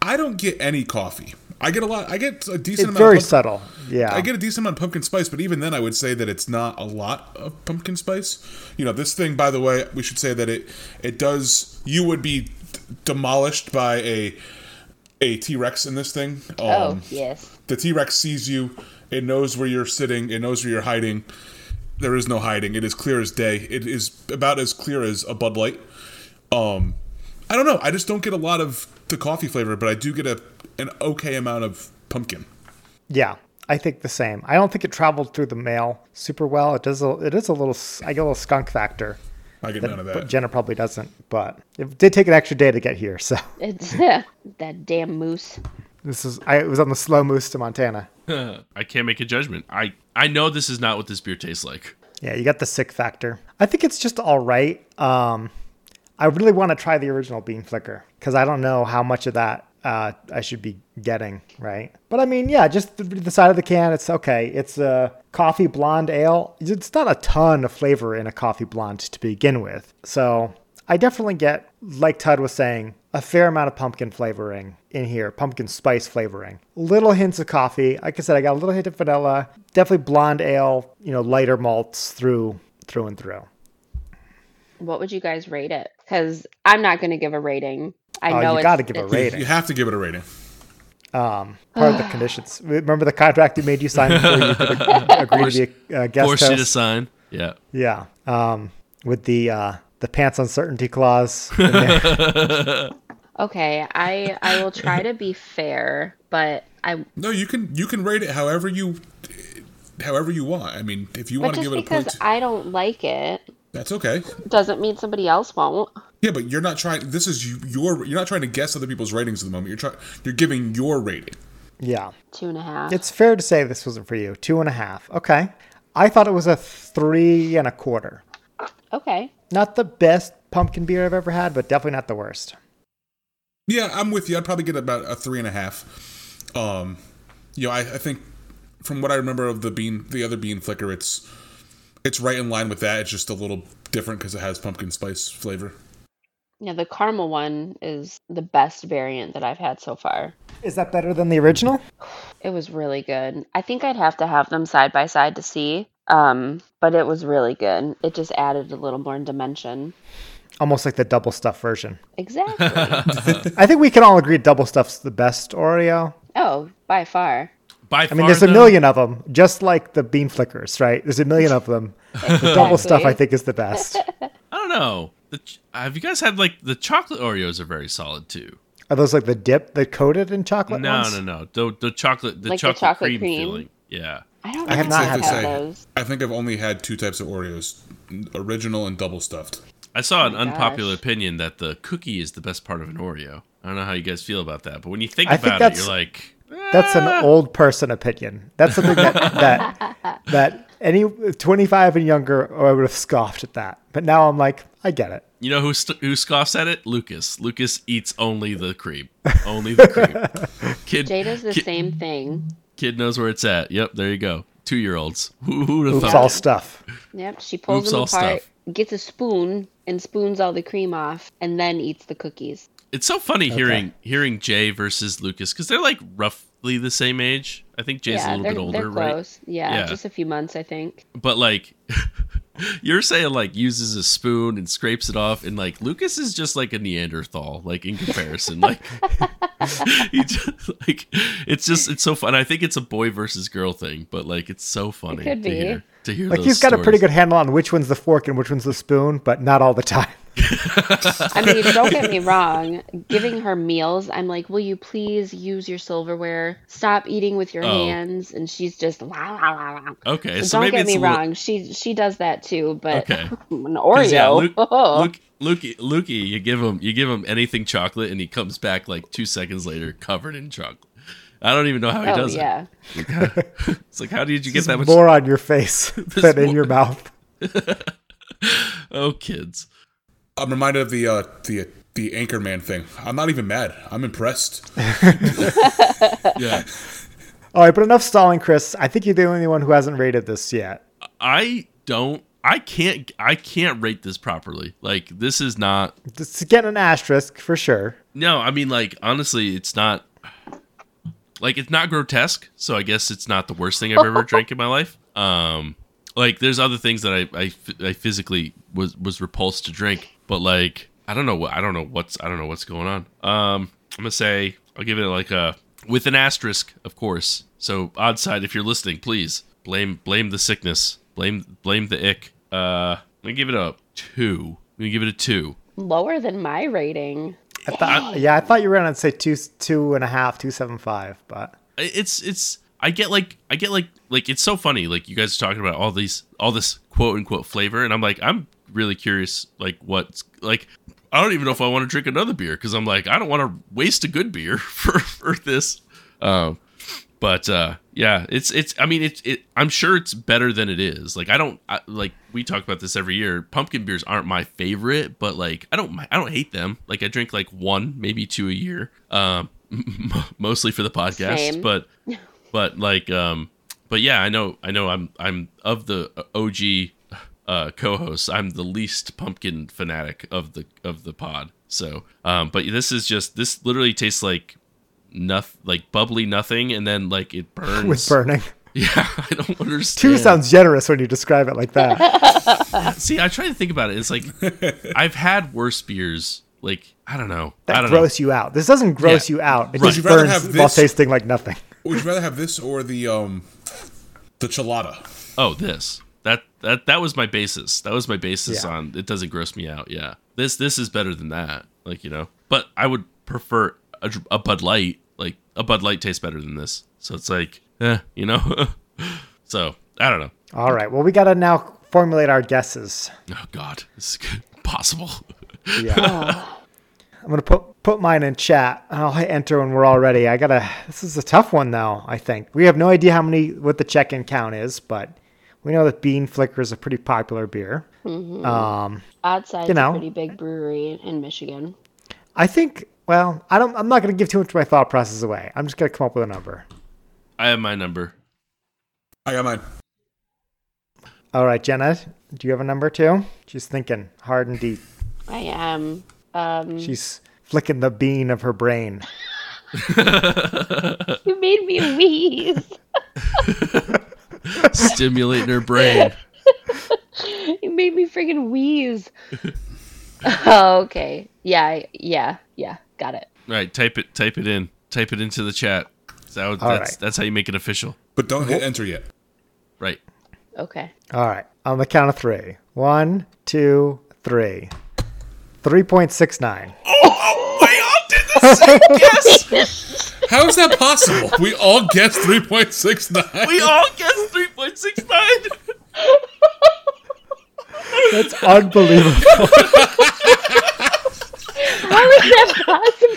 Speaker 5: I don't get any coffee. I get a lot. I get a decent
Speaker 3: It's
Speaker 5: amount.
Speaker 3: very
Speaker 5: of pumpkin-
Speaker 3: subtle. Yeah,
Speaker 5: I get a decent amount of pumpkin spice, but even then, I would say that it's not a lot of pumpkin spice. You know, this thing, by the way, we should say that it it does. You would be d- demolished by a a T Rex in this thing. Um,
Speaker 1: Oh, yes.
Speaker 5: The T Rex sees you. It knows where you're sitting. It knows where you're hiding. There is no hiding. It is clear as day. It is about as clear as a Bud Light. Um, I don't know. I just don't get a lot of the coffee flavor, but I do get a an okay amount of pumpkin.
Speaker 3: yeah. I think the same. I don't think it traveled through the mail super well. It does. A, it is a little. s- I get a little skunk factor.
Speaker 5: I get none of
Speaker 3: But
Speaker 5: that.
Speaker 3: Jenna probably doesn't. But it did take an extra day to get here. So
Speaker 1: It's that damn moose.
Speaker 3: this is. I it was on the slow moose to Montana.
Speaker 4: I can't make a judgment. I I know this is not what this beer tastes like.
Speaker 3: Yeah, you got the sick factor. I think it's just all right. Um, I really want to try the original Bean Flicker because I don't know how much of that uh, I should be getting, right? But I mean, yeah, just the, the side of the can, it's okay. It's a coffee blonde ale. It's not a ton of flavor in a coffee blonde to begin with. So I definitely get, like Todd was saying, a fair amount of pumpkin flavoring in here, pumpkin spice flavoring. Little hints of coffee. Like I said, I got a little hint of vanilla. Definitely blonde ale, you know, lighter malts through through and through.
Speaker 1: What would you guys rate it? Because I'm not going to give a rating. I
Speaker 3: Oh,
Speaker 1: know
Speaker 3: you
Speaker 1: it's,
Speaker 3: got to give it a
Speaker 1: it's-
Speaker 3: rating.
Speaker 5: You have to give it a rating.
Speaker 3: part of the conditions. Remember the contract you made you sign before you could agree to be a uh, guest
Speaker 4: Force you to
Speaker 3: host.
Speaker 4: sign. Yeah.
Speaker 3: Yeah, um, with the uh, the pants uncertainty clause. in there.
Speaker 1: Okay, I I will try to be fair, but I
Speaker 5: No, you can you can rate it however you however you want. I mean, if you
Speaker 1: but
Speaker 5: want to
Speaker 1: just
Speaker 5: give it a
Speaker 1: because
Speaker 5: point,
Speaker 1: I don't like it
Speaker 5: that's okay.
Speaker 1: doesn't mean somebody else won't.
Speaker 5: Yeah, but you're not trying. This is you, your. You're not trying to guess other people's ratings at the moment. You're trying. You're giving your rating.
Speaker 3: yeah,
Speaker 1: Two and a half.
Speaker 3: it's fair to say this wasn't for you. Two and a half. Okay, I thought it was a three and a quarter.
Speaker 1: okay.
Speaker 3: Not the best pumpkin beer I've ever had, but definitely not the worst.
Speaker 5: Yeah, I'm with you. I'd probably get about a three and a half. Um, you know, I, I think from what I remember of the bean, the other bean flicker, it's it's right in line with that. It's just a little different because it has pumpkin spice flavor.
Speaker 1: Yeah, the caramel one is the best variant that I've had so far.
Speaker 3: Is that better than the original?
Speaker 1: It was really good. I think I'd have to have them side by side to see. Um, but it was really good. It just added a little more dimension.
Speaker 3: Almost like the double stuff version.
Speaker 1: Exactly.
Speaker 3: I think we can all agree double stuff's the best Oreo.
Speaker 1: oh, by far.
Speaker 4: By
Speaker 3: I mean, there's a million of them, just like the bean flickers, right? There's a million of them. The double stuff, I
Speaker 1: Exactly.
Speaker 3: think, is the best.
Speaker 4: I don't know. The ch- have you guys had like the chocolate Oreos are very solid too.
Speaker 3: Are those like the dip that coated in chocolate?
Speaker 4: No,
Speaker 3: ones?
Speaker 4: no, no. The the chocolate the
Speaker 1: Like the
Speaker 4: chocolate,
Speaker 1: chocolate
Speaker 4: cream,
Speaker 1: cream?
Speaker 4: feeling. Yeah.
Speaker 1: I don't
Speaker 3: I have
Speaker 1: think
Speaker 3: not
Speaker 1: I've
Speaker 3: had
Speaker 1: had
Speaker 5: that.
Speaker 1: those.
Speaker 5: I think I've only had two types of Oreos: original and double stuffed.
Speaker 4: I saw an
Speaker 1: Oh my
Speaker 4: unpopular
Speaker 1: gosh.
Speaker 4: opinion that the cookie is the best part of an Oreo. I don't know how you guys feel about that, but when you think
Speaker 3: I think
Speaker 4: about it,
Speaker 3: that's-
Speaker 4: you're like, eh,
Speaker 3: That's an old person opinion. That's something that that, that any 25 and younger, I would have scoffed at that. But now I'm like, I get it.
Speaker 4: you know who st- who scoffs at it? Lucas. Lucas eats only the cream, only the cream. Kid
Speaker 1: Jada's the
Speaker 4: kid,
Speaker 1: same thing.
Speaker 4: kid knows where it's at. Yep, there you go. Two year olds. Who who'd have
Speaker 3: Oops,
Speaker 4: thought?
Speaker 3: all stuff.
Speaker 1: Yep, she pulls
Speaker 4: Oops,
Speaker 1: them
Speaker 4: all
Speaker 1: apart,
Speaker 4: stuff.
Speaker 1: gets a spoon, and spoons all the cream off, and then eats the cookies.
Speaker 4: It's so funny hearing hearing Jay versus Lucas because they're like roughly the same age. I think Jay's
Speaker 1: yeah, they're,
Speaker 4: a little bit older,
Speaker 1: they're
Speaker 4: right?
Speaker 1: close. Yeah,
Speaker 4: Yeah.
Speaker 1: just a few months, I think.
Speaker 4: But like, you're saying like uses a spoon and scrapes it off, and like Lucas is just like a Neanderthal, like in comparison, like he just like it's just it's so fun. I think it's a boy versus girl thing, but like it's so funny
Speaker 1: could
Speaker 4: to
Speaker 1: be.
Speaker 4: hear to hear.
Speaker 3: Like
Speaker 4: those
Speaker 3: he's got a pretty
Speaker 4: stories.
Speaker 3: good handle on which one's the fork and which one's the spoon, but not all the time.
Speaker 1: I mean, don't get me wrong. Giving her meals, I'm like, will you please use your silverware? Stop eating with your
Speaker 4: Oh.
Speaker 1: hands. And she's just la la la la.
Speaker 4: Okay, so,
Speaker 1: So don't
Speaker 4: maybe
Speaker 1: get
Speaker 4: it's
Speaker 1: me
Speaker 4: a little-
Speaker 1: wrong. She she does that too, but
Speaker 4: Okay.
Speaker 1: an
Speaker 4: 'Cause,
Speaker 1: Oreo.
Speaker 4: Yeah, Luke,
Speaker 1: oh.
Speaker 4: Luke, Lukey, Lukey, you give him, you give him anything chocolate, and he comes back like two seconds later covered in chocolate. I don't even know how he
Speaker 1: Oh
Speaker 4: does it.
Speaker 1: yeah.
Speaker 4: It's like, how did you get that much?
Speaker 3: More on your face than in
Speaker 4: more-
Speaker 3: your mouth.
Speaker 4: Oh, kids.
Speaker 5: I'm reminded of the uh, the the Anchorman thing. I'm not even mad. I'm impressed.
Speaker 4: Yeah.
Speaker 3: All right, but enough stalling, Chris. I think you're the only one who hasn't rated this yet.
Speaker 4: I don't. I can't. I can't rate this properly. Like this is not.
Speaker 3: It's getting an asterisk for sure.
Speaker 4: No, I mean like honestly, it's not. Like it's not grotesque, so I guess it's not the worst thing I've ever drank in my life. Um, like there's other things that I, I ph- I physically was was repulsed to drink, but like I don't know what I don't know what's I don't know what's going on. Um, I'm gonna say I'll give it like a with an asterisk, of course. So odd side, if you're listening, please blame blame the sickness, blame blame the ick. Uh, I'm gonna give it a two. I'm gonna give it a two.
Speaker 1: Lower than my rating.
Speaker 3: I thought, yeah, I thought you were gonna say two, two and a half, two seven five, but
Speaker 4: I- it's it's I get like I get like like it's so funny like you guys are talking about all these all this quote unquote flavor and I'm like I'm really curious like what's like I don't even know if I want to drink another beer because I'm like I don't want to waste a good beer for for this um but uh yeah it's it's I mean it's it I'm sure it's better than it is like I don't I, like we talk about this every year pumpkin beers aren't my favorite but like I don't mi- I don't hate them like I drink like one maybe two a year um mostly for the podcast
Speaker 1: Same.
Speaker 4: but but like um but yeah i know i know i'm i'm of the og uh co-hosts i'm the least pumpkin fanatic of the of the pod so um but this is just this literally tastes like nothing like bubbly nothing and then like it burns
Speaker 3: with burning.
Speaker 4: yeah i don't
Speaker 3: Two
Speaker 4: understand
Speaker 3: sounds generous when you describe it like that.
Speaker 4: see i try to think about it it's like i've had worse beers like i don't know i
Speaker 3: That
Speaker 4: don't
Speaker 3: grows you out. This doesn't gross
Speaker 4: Yeah.
Speaker 3: you out. It
Speaker 4: Right.
Speaker 3: just
Speaker 5: You'd rather
Speaker 3: burns
Speaker 5: have
Speaker 3: while
Speaker 5: this-
Speaker 3: tasting like nothing.
Speaker 5: Would you rather have this or the um the chalada?
Speaker 4: know oh this that that that was my basis that was my basis
Speaker 3: Yeah.
Speaker 4: on it doesn't gross me out yeah this this is better than that like you know but i would prefer a, dr- a bud light like a bud light tastes better than this so it's like eh, you know so i don't know
Speaker 3: All right. Well, we got to now formulate our guesses.
Speaker 4: oh god this is possible
Speaker 3: Yeah. I'm gonna put put mine in chat. I'll hit enter when we're all ready. I gotta. This is a tough one though. I think we have no idea how many what the check-in count is, but we know that Bean Flicker is a pretty popular beer. Um,
Speaker 1: Odd Side's
Speaker 3: You know.
Speaker 1: a pretty big brewery in Michigan.
Speaker 3: I think. Well, I don't. I'm not gonna give too much of my thought process away. I'm just gonna come up with a number.
Speaker 4: i have my number
Speaker 5: I got mine.
Speaker 3: All right, Jenna. Do you have a number too? She's thinking hard and deep.
Speaker 1: I am. Um,
Speaker 3: She's flicking the bean of her brain.
Speaker 1: you made me wheeze.
Speaker 4: stimulating her brain
Speaker 1: you made me freaking wheeze. oh, okay. Yeah. I- Yeah. Yeah. Got it.
Speaker 4: right type it type it in type it into the chat that would,
Speaker 3: All
Speaker 4: that's
Speaker 3: right.
Speaker 4: that's how you make it official
Speaker 5: But don't hit enter yet.
Speaker 4: right
Speaker 1: Okay.
Speaker 3: All right. On the count of three. One, two, three. Three point six nine.
Speaker 5: How is that possible? we all guessed three point six nine.
Speaker 4: we all guessed 3.69
Speaker 3: That's unbelievable.
Speaker 1: How is that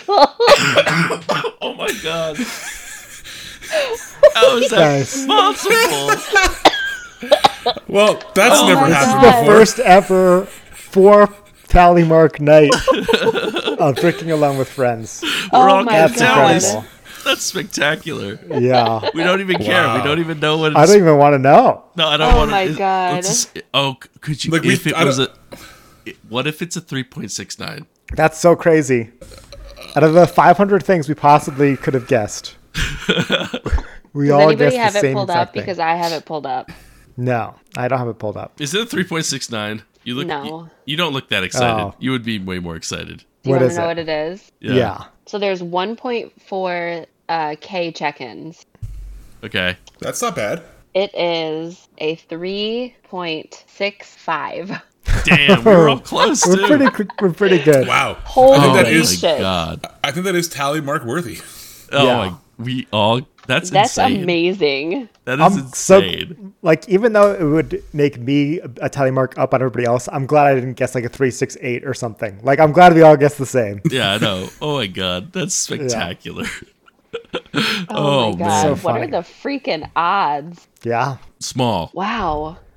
Speaker 1: possible?
Speaker 4: Oh my god. How is that
Speaker 3: Guys,
Speaker 4: possible?
Speaker 5: Well, that's never
Speaker 1: Oh my
Speaker 5: happened
Speaker 1: God.
Speaker 5: before.
Speaker 3: first ever four tally mark night on drinking along with friends.
Speaker 4: We're
Speaker 1: Oh
Speaker 4: all
Speaker 1: my
Speaker 4: getting
Speaker 3: That's
Speaker 1: God.
Speaker 4: tallies.
Speaker 3: incredible.
Speaker 4: That's spectacular.
Speaker 3: Yeah.
Speaker 4: We don't even care. We
Speaker 5: Wow.
Speaker 4: don't even know what
Speaker 3: I
Speaker 4: it's.
Speaker 3: don't even want to know.
Speaker 4: no, I don't
Speaker 1: Oh
Speaker 4: want
Speaker 1: my
Speaker 4: to.
Speaker 1: God.
Speaker 4: oh, c- could you?
Speaker 5: Like, we-
Speaker 4: if it
Speaker 5: I
Speaker 4: was a.
Speaker 5: don't-
Speaker 4: it- What if it's a 3.69?
Speaker 3: That's so crazy. Out of the 500 things we possibly could have guessed, we
Speaker 1: Does
Speaker 3: all
Speaker 1: anybody
Speaker 3: guessed
Speaker 1: have
Speaker 3: the
Speaker 1: it
Speaker 3: same
Speaker 1: pulled
Speaker 3: exact
Speaker 1: up?
Speaker 3: thing.
Speaker 1: Because I have it pulled up.
Speaker 3: no, I don't have it pulled up.
Speaker 4: Is it a 3.69? You look.
Speaker 1: No.
Speaker 4: You, you don't look that excited.
Speaker 3: Oh.
Speaker 4: You would be way more excited.
Speaker 1: Do you
Speaker 3: What
Speaker 1: want
Speaker 3: is
Speaker 1: to know what
Speaker 3: it?
Speaker 1: it is?
Speaker 3: Yeah.
Speaker 1: So there's 1.4 uh, K check ins.
Speaker 4: Okay.
Speaker 5: That's not bad.
Speaker 1: It is a 3.65.
Speaker 4: Damn, we were all close too.
Speaker 3: We're pretty cl- we're pretty good.
Speaker 5: Wow.
Speaker 1: Holy
Speaker 4: oh
Speaker 5: that
Speaker 4: my
Speaker 5: is-
Speaker 1: shit.
Speaker 4: god.
Speaker 5: I think that is tally mark worthy.
Speaker 4: Oh
Speaker 3: Yeah.
Speaker 4: my. We all. That's,
Speaker 1: That's
Speaker 4: insane.
Speaker 1: amazing.
Speaker 4: That is
Speaker 3: I'm
Speaker 4: insane.
Speaker 3: so like even though it would make me a tally mark up on everybody else, I'm glad I didn't guess like a three six eight or something. Like I'm glad we all guessed the same.
Speaker 4: Yeah, I know. Oh my god, that's spectacular.
Speaker 1: Oh,
Speaker 4: Oh,
Speaker 1: my
Speaker 4: man.
Speaker 1: god.
Speaker 3: So
Speaker 1: what are
Speaker 3: funny.
Speaker 1: the freaking odds?
Speaker 3: Yeah.
Speaker 4: Small.
Speaker 1: Wow.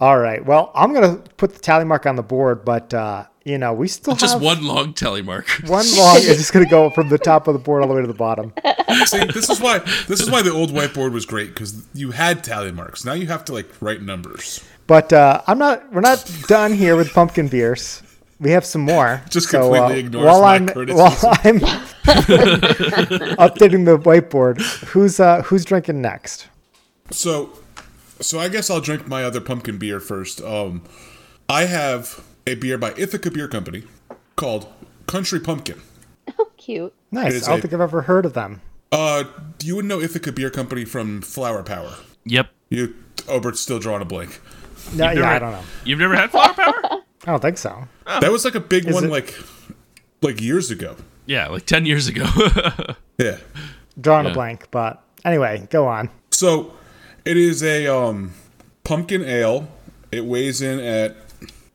Speaker 3: All right. Well, I'm gonna put the tally mark on the board, but uh, you know we still
Speaker 4: Just
Speaker 3: have
Speaker 4: one long telemark.
Speaker 3: one long. it's just gonna go from the top of the board all the way to the bottom.
Speaker 5: See, this is why this is why the old whiteboard was great because you had tally marks. Now you have to like write numbers.
Speaker 3: But uh, I'm not. We're not done here with pumpkin beers. We have some more.
Speaker 5: Just
Speaker 3: So, uh,
Speaker 5: completely ignores
Speaker 3: while
Speaker 5: my
Speaker 3: I'm
Speaker 5: criticism.
Speaker 3: while I'm updating the whiteboard. Who's uh, who's drinking next?
Speaker 5: So, so I guess I'll drink my other pumpkin beer first. Um, I have a beer by Ithaca Beer Company called Country Pumpkin.
Speaker 1: Cute.
Speaker 5: It
Speaker 3: Nice.
Speaker 5: is
Speaker 3: I don't
Speaker 5: a-
Speaker 3: think I've ever heard of them.
Speaker 5: Uh, you would know Ithaca Beer Company from Flower Power.
Speaker 4: Yep.
Speaker 5: You, Obert's still drawing a blank.
Speaker 3: No, yeah,
Speaker 4: never-
Speaker 3: I don't know.
Speaker 4: You've never had flower power?
Speaker 3: I don't think so.
Speaker 5: That was like a big one,
Speaker 3: it-
Speaker 5: like like years ago.
Speaker 4: yeah, like ten years ago.
Speaker 1: um,
Speaker 5: Yeah.
Speaker 3: Drawing a
Speaker 4: Yeah.
Speaker 3: blank, but anyway, go on.
Speaker 5: So, it is a um, pumpkin ale. It weighs in at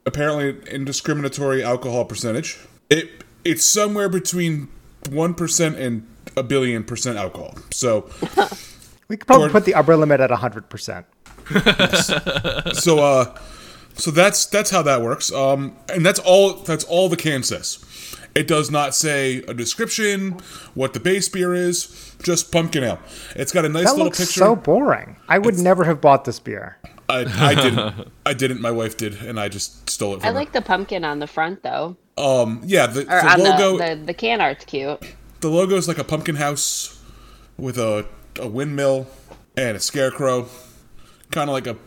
Speaker 5: apparently an indiscriminatory alcohol percentage. It it's somewhere between one percent and a billion percent alcohol. So,
Speaker 3: We could probably
Speaker 5: Or-
Speaker 3: put the upper limit at 100%.
Speaker 5: so uh, so that's that's how that works. Um, and that's all that's all the can says. It does not say a description, what the base beer is, just pumpkin ale. It's got a nice
Speaker 3: That
Speaker 5: little
Speaker 3: looks
Speaker 5: picture.
Speaker 3: so boring. I would never have bought this beer.
Speaker 5: I, I didn't. I didn't. My wife did, and I just stole it from
Speaker 1: I like the pumpkin on the front though.
Speaker 5: her. Um, yeah, the,
Speaker 1: Or
Speaker 5: the
Speaker 1: on
Speaker 5: logo.
Speaker 1: the, the the can art's cute.
Speaker 5: The logo is like a pumpkin house with a a windmill and a scarecrow, kind of like a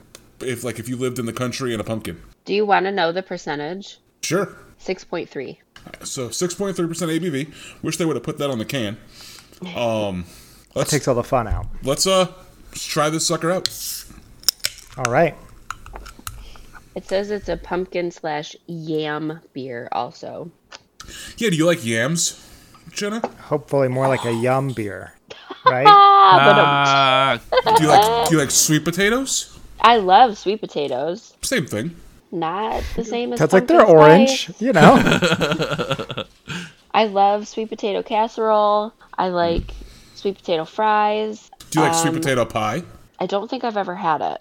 Speaker 5: if like if you lived in the country and a pumpkin.
Speaker 1: Do you want to know the percentage?
Speaker 5: Sure.
Speaker 1: 6.3.
Speaker 5: So six point three percent ABV. Wish they would have put that on the can. Um, let's
Speaker 3: Takes all the fun out.
Speaker 5: let's uh let's try this sucker out.
Speaker 3: All right.
Speaker 1: It says it's a pumpkin slash yam beer also.
Speaker 5: Yeah, do you like yams, Jenna?
Speaker 3: Hopefully, more like a yum beer, right?
Speaker 1: Ah, but um,
Speaker 4: Ah,
Speaker 5: Do you like do you like sweet potatoes?
Speaker 1: I love sweet potatoes.
Speaker 5: Same thing.
Speaker 1: Not the same as
Speaker 3: That's like they're
Speaker 1: pumpkin
Speaker 3: orange,
Speaker 1: spice.
Speaker 3: you know?
Speaker 1: I love sweet potato casserole. I
Speaker 3: Hmm.
Speaker 1: like sweet potato fries.
Speaker 5: Do you like
Speaker 1: Um,
Speaker 5: sweet potato pie?
Speaker 1: I don't think I've ever had it,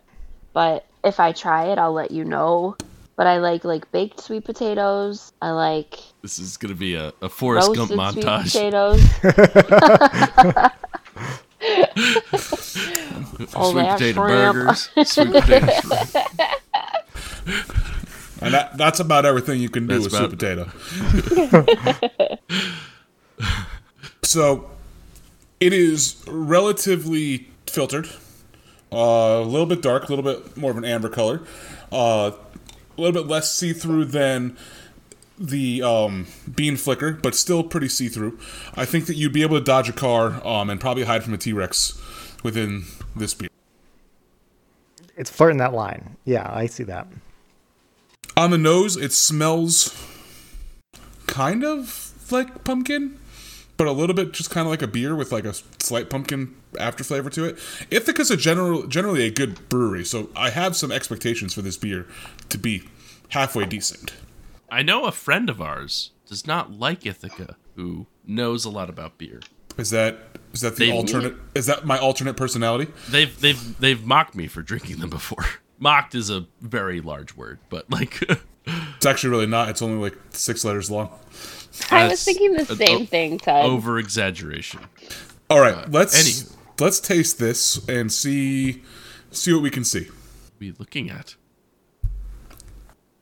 Speaker 1: but if I try it, I'll let you know. But I like like baked sweet potatoes. I like
Speaker 4: this is gonna be a, a Forrest
Speaker 1: roasted
Speaker 4: Gump
Speaker 1: sweet
Speaker 4: montage.
Speaker 1: potatoes. Oh,
Speaker 4: Sweet
Speaker 1: that
Speaker 4: potato
Speaker 1: shrimp.
Speaker 4: burgers. Sweet potato shrimp.
Speaker 5: And that, that's about everything you can do
Speaker 4: That's
Speaker 5: with
Speaker 4: about-
Speaker 5: sweet potato. so it is relatively filtered, uh, a little bit dark, a little bit more of an amber color, uh, a little bit less see through than the um, bean flicker, but still pretty see through. I think that you'd be able to dodge a car um, and probably hide from a T Rex within this beer.
Speaker 3: it's flirting that line. Yeah, I see that.
Speaker 5: On the nose, it smells kind of like pumpkin, but a little bit just kind of like a beer with like a slight pumpkin after flavor to it. Ithaca's a general generally a good brewery, so I have some expectations for this beer to be halfway decent.
Speaker 4: I know a friend of ours does not like Ithaca, who knows a lot about beer.
Speaker 5: Is that is that the
Speaker 4: They-
Speaker 5: alternate? Is that my alternate personality?
Speaker 4: They've they've they've mocked me for drinking them before. Mocked is a very large word, but like
Speaker 5: It's actually really not. It's only like six letters long.
Speaker 1: I
Speaker 4: That's
Speaker 1: was thinking the
Speaker 4: an
Speaker 1: same
Speaker 4: o-
Speaker 1: thing, Ted.
Speaker 4: over exaggeration.
Speaker 5: All right, let's
Speaker 4: anywho.
Speaker 5: let's taste this and see see what we can see.
Speaker 4: Be looking at.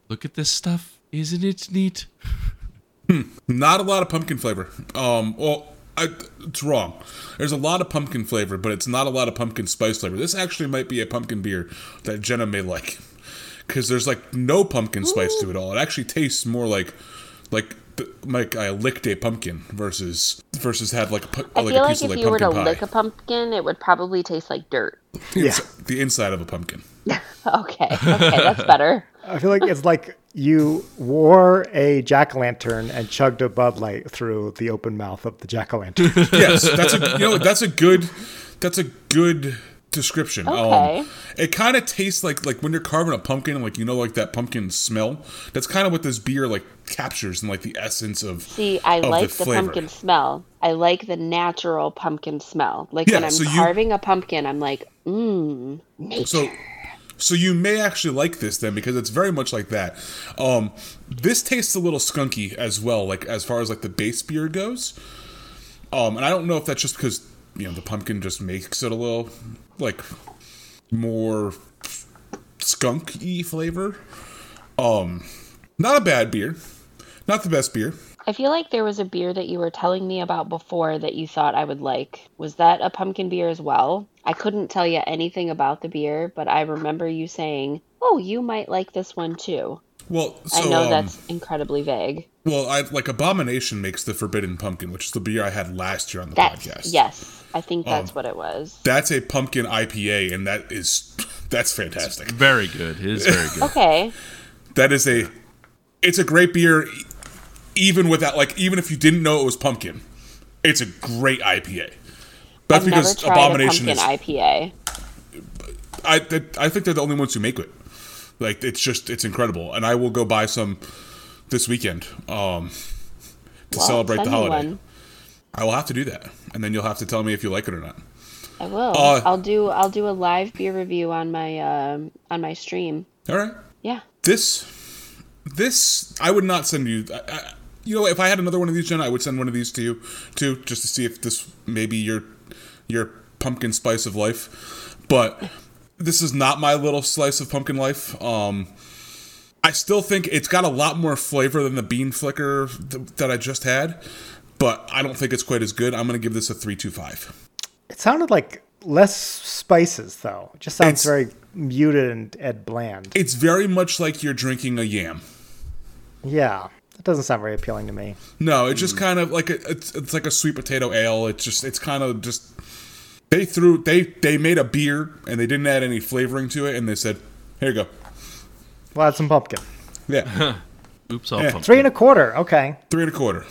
Speaker 4: Look at this stuff. Isn't it neat?
Speaker 5: Not a lot of pumpkin flavor. Um, well, I, it's wrong. There's a lot of pumpkin flavor, but it's not a lot of pumpkin spice flavor. This actually might be a pumpkin beer that Jenna may like, because there's like no pumpkin spice to it all. It actually tastes more like, like, th- like I licked a pumpkin versus versus had like a, pu-
Speaker 1: I
Speaker 5: like
Speaker 1: feel
Speaker 5: a
Speaker 1: like
Speaker 5: piece
Speaker 1: if
Speaker 5: of like
Speaker 1: you were to
Speaker 5: pumpkin pie,
Speaker 1: lick a pumpkin, it would probably taste like dirt.
Speaker 3: Yeah.
Speaker 5: the inside of a pumpkin.
Speaker 1: Okay, okay, that's better.
Speaker 3: I feel like it's like you wore a jack o' lantern and chugged a Bud Light through the open mouth of the jack o' lantern.
Speaker 5: yes, that's a you know that's a good that's a good description.
Speaker 1: Okay.
Speaker 5: Um, it kind of tastes like like when you're carving a pumpkin, and like you know, like that pumpkin smell. That's kind of what this beer like captures and like the essence of.
Speaker 1: See, I
Speaker 5: of the
Speaker 1: like the,
Speaker 5: flavor.
Speaker 1: pumpkin smell. I like the natural pumpkin smell. Like when
Speaker 5: Yeah,
Speaker 1: I'm
Speaker 5: so you-
Speaker 1: carving a pumpkin, I'm like, mmm, nature.
Speaker 5: So, so you may actually like this then because it's very much like that. Um, this tastes a little skunky as well, like as far as like the base beer goes. Um, and I don't know if that's just because you know the pumpkin just makes it a little like more skunk-y flavor. Um, not a bad beer, not the best beer.
Speaker 1: I feel like there was a beer that you were telling me about before that you thought I would like. Was that a pumpkin beer as well? I couldn't tell you anything about the beer, but I remember you saying, "Oh, you might like this one too."
Speaker 5: Well, so
Speaker 1: I know
Speaker 5: um,
Speaker 1: that's incredibly vague.
Speaker 5: well, I like Abomination makes the Forbidden Pumpkin, which is the beer I had last year on the
Speaker 1: That's
Speaker 5: podcast. Um,
Speaker 1: yes, I think that's what it was.
Speaker 5: That's a pumpkin IPA, and that is that's fantastic.
Speaker 4: Very good. It is very good.
Speaker 1: Okay,
Speaker 5: That is a it's a great beer, e- even without like even if you didn't know it was pumpkin, it's a great IPA. That's
Speaker 1: I've never tried a
Speaker 5: is
Speaker 1: pumpkin IPA.
Speaker 5: I that- I think they're the only ones who make it. Like it's just it's incredible, and I will go buy some this weekend um, to
Speaker 1: Well,
Speaker 5: celebrate the
Speaker 1: send me
Speaker 5: holiday.
Speaker 1: one.
Speaker 5: I will have to do that, and then you'll have to tell me if you like it or not.
Speaker 1: I will.
Speaker 5: Uh,
Speaker 1: I'll do. I'll do a live beer review on my um, on my stream.
Speaker 5: All right.
Speaker 1: Yeah.
Speaker 5: this this i would not send you I, I, you know if i had another one of these jen i would send one of these to you too just to see if this maybe your your pumpkin spice of life but this is not my little slice of pumpkin life um i still think it's got a lot more flavor than the bean flicker th- that i just had but i don't think it's quite as good i'm gonna give this a 325
Speaker 3: It sounded like less spices, though. It just sounds
Speaker 5: It's-
Speaker 3: very muted and, and bland.
Speaker 5: it's very much like you're drinking a yam
Speaker 3: yeah, that doesn't sound very appealing to me.
Speaker 5: No, it's just kind of like a, it's it's like a sweet potato ale. It's just it's kind of just they threw they they made a beer and they didn't add any flavoring to it and they said, "Here you go."
Speaker 3: We'll add some pumpkin.
Speaker 5: Yeah,
Speaker 4: Oops, all
Speaker 5: Yeah.
Speaker 4: pumpkin.
Speaker 3: Three and a quarter. Okay.
Speaker 5: three and a quarter.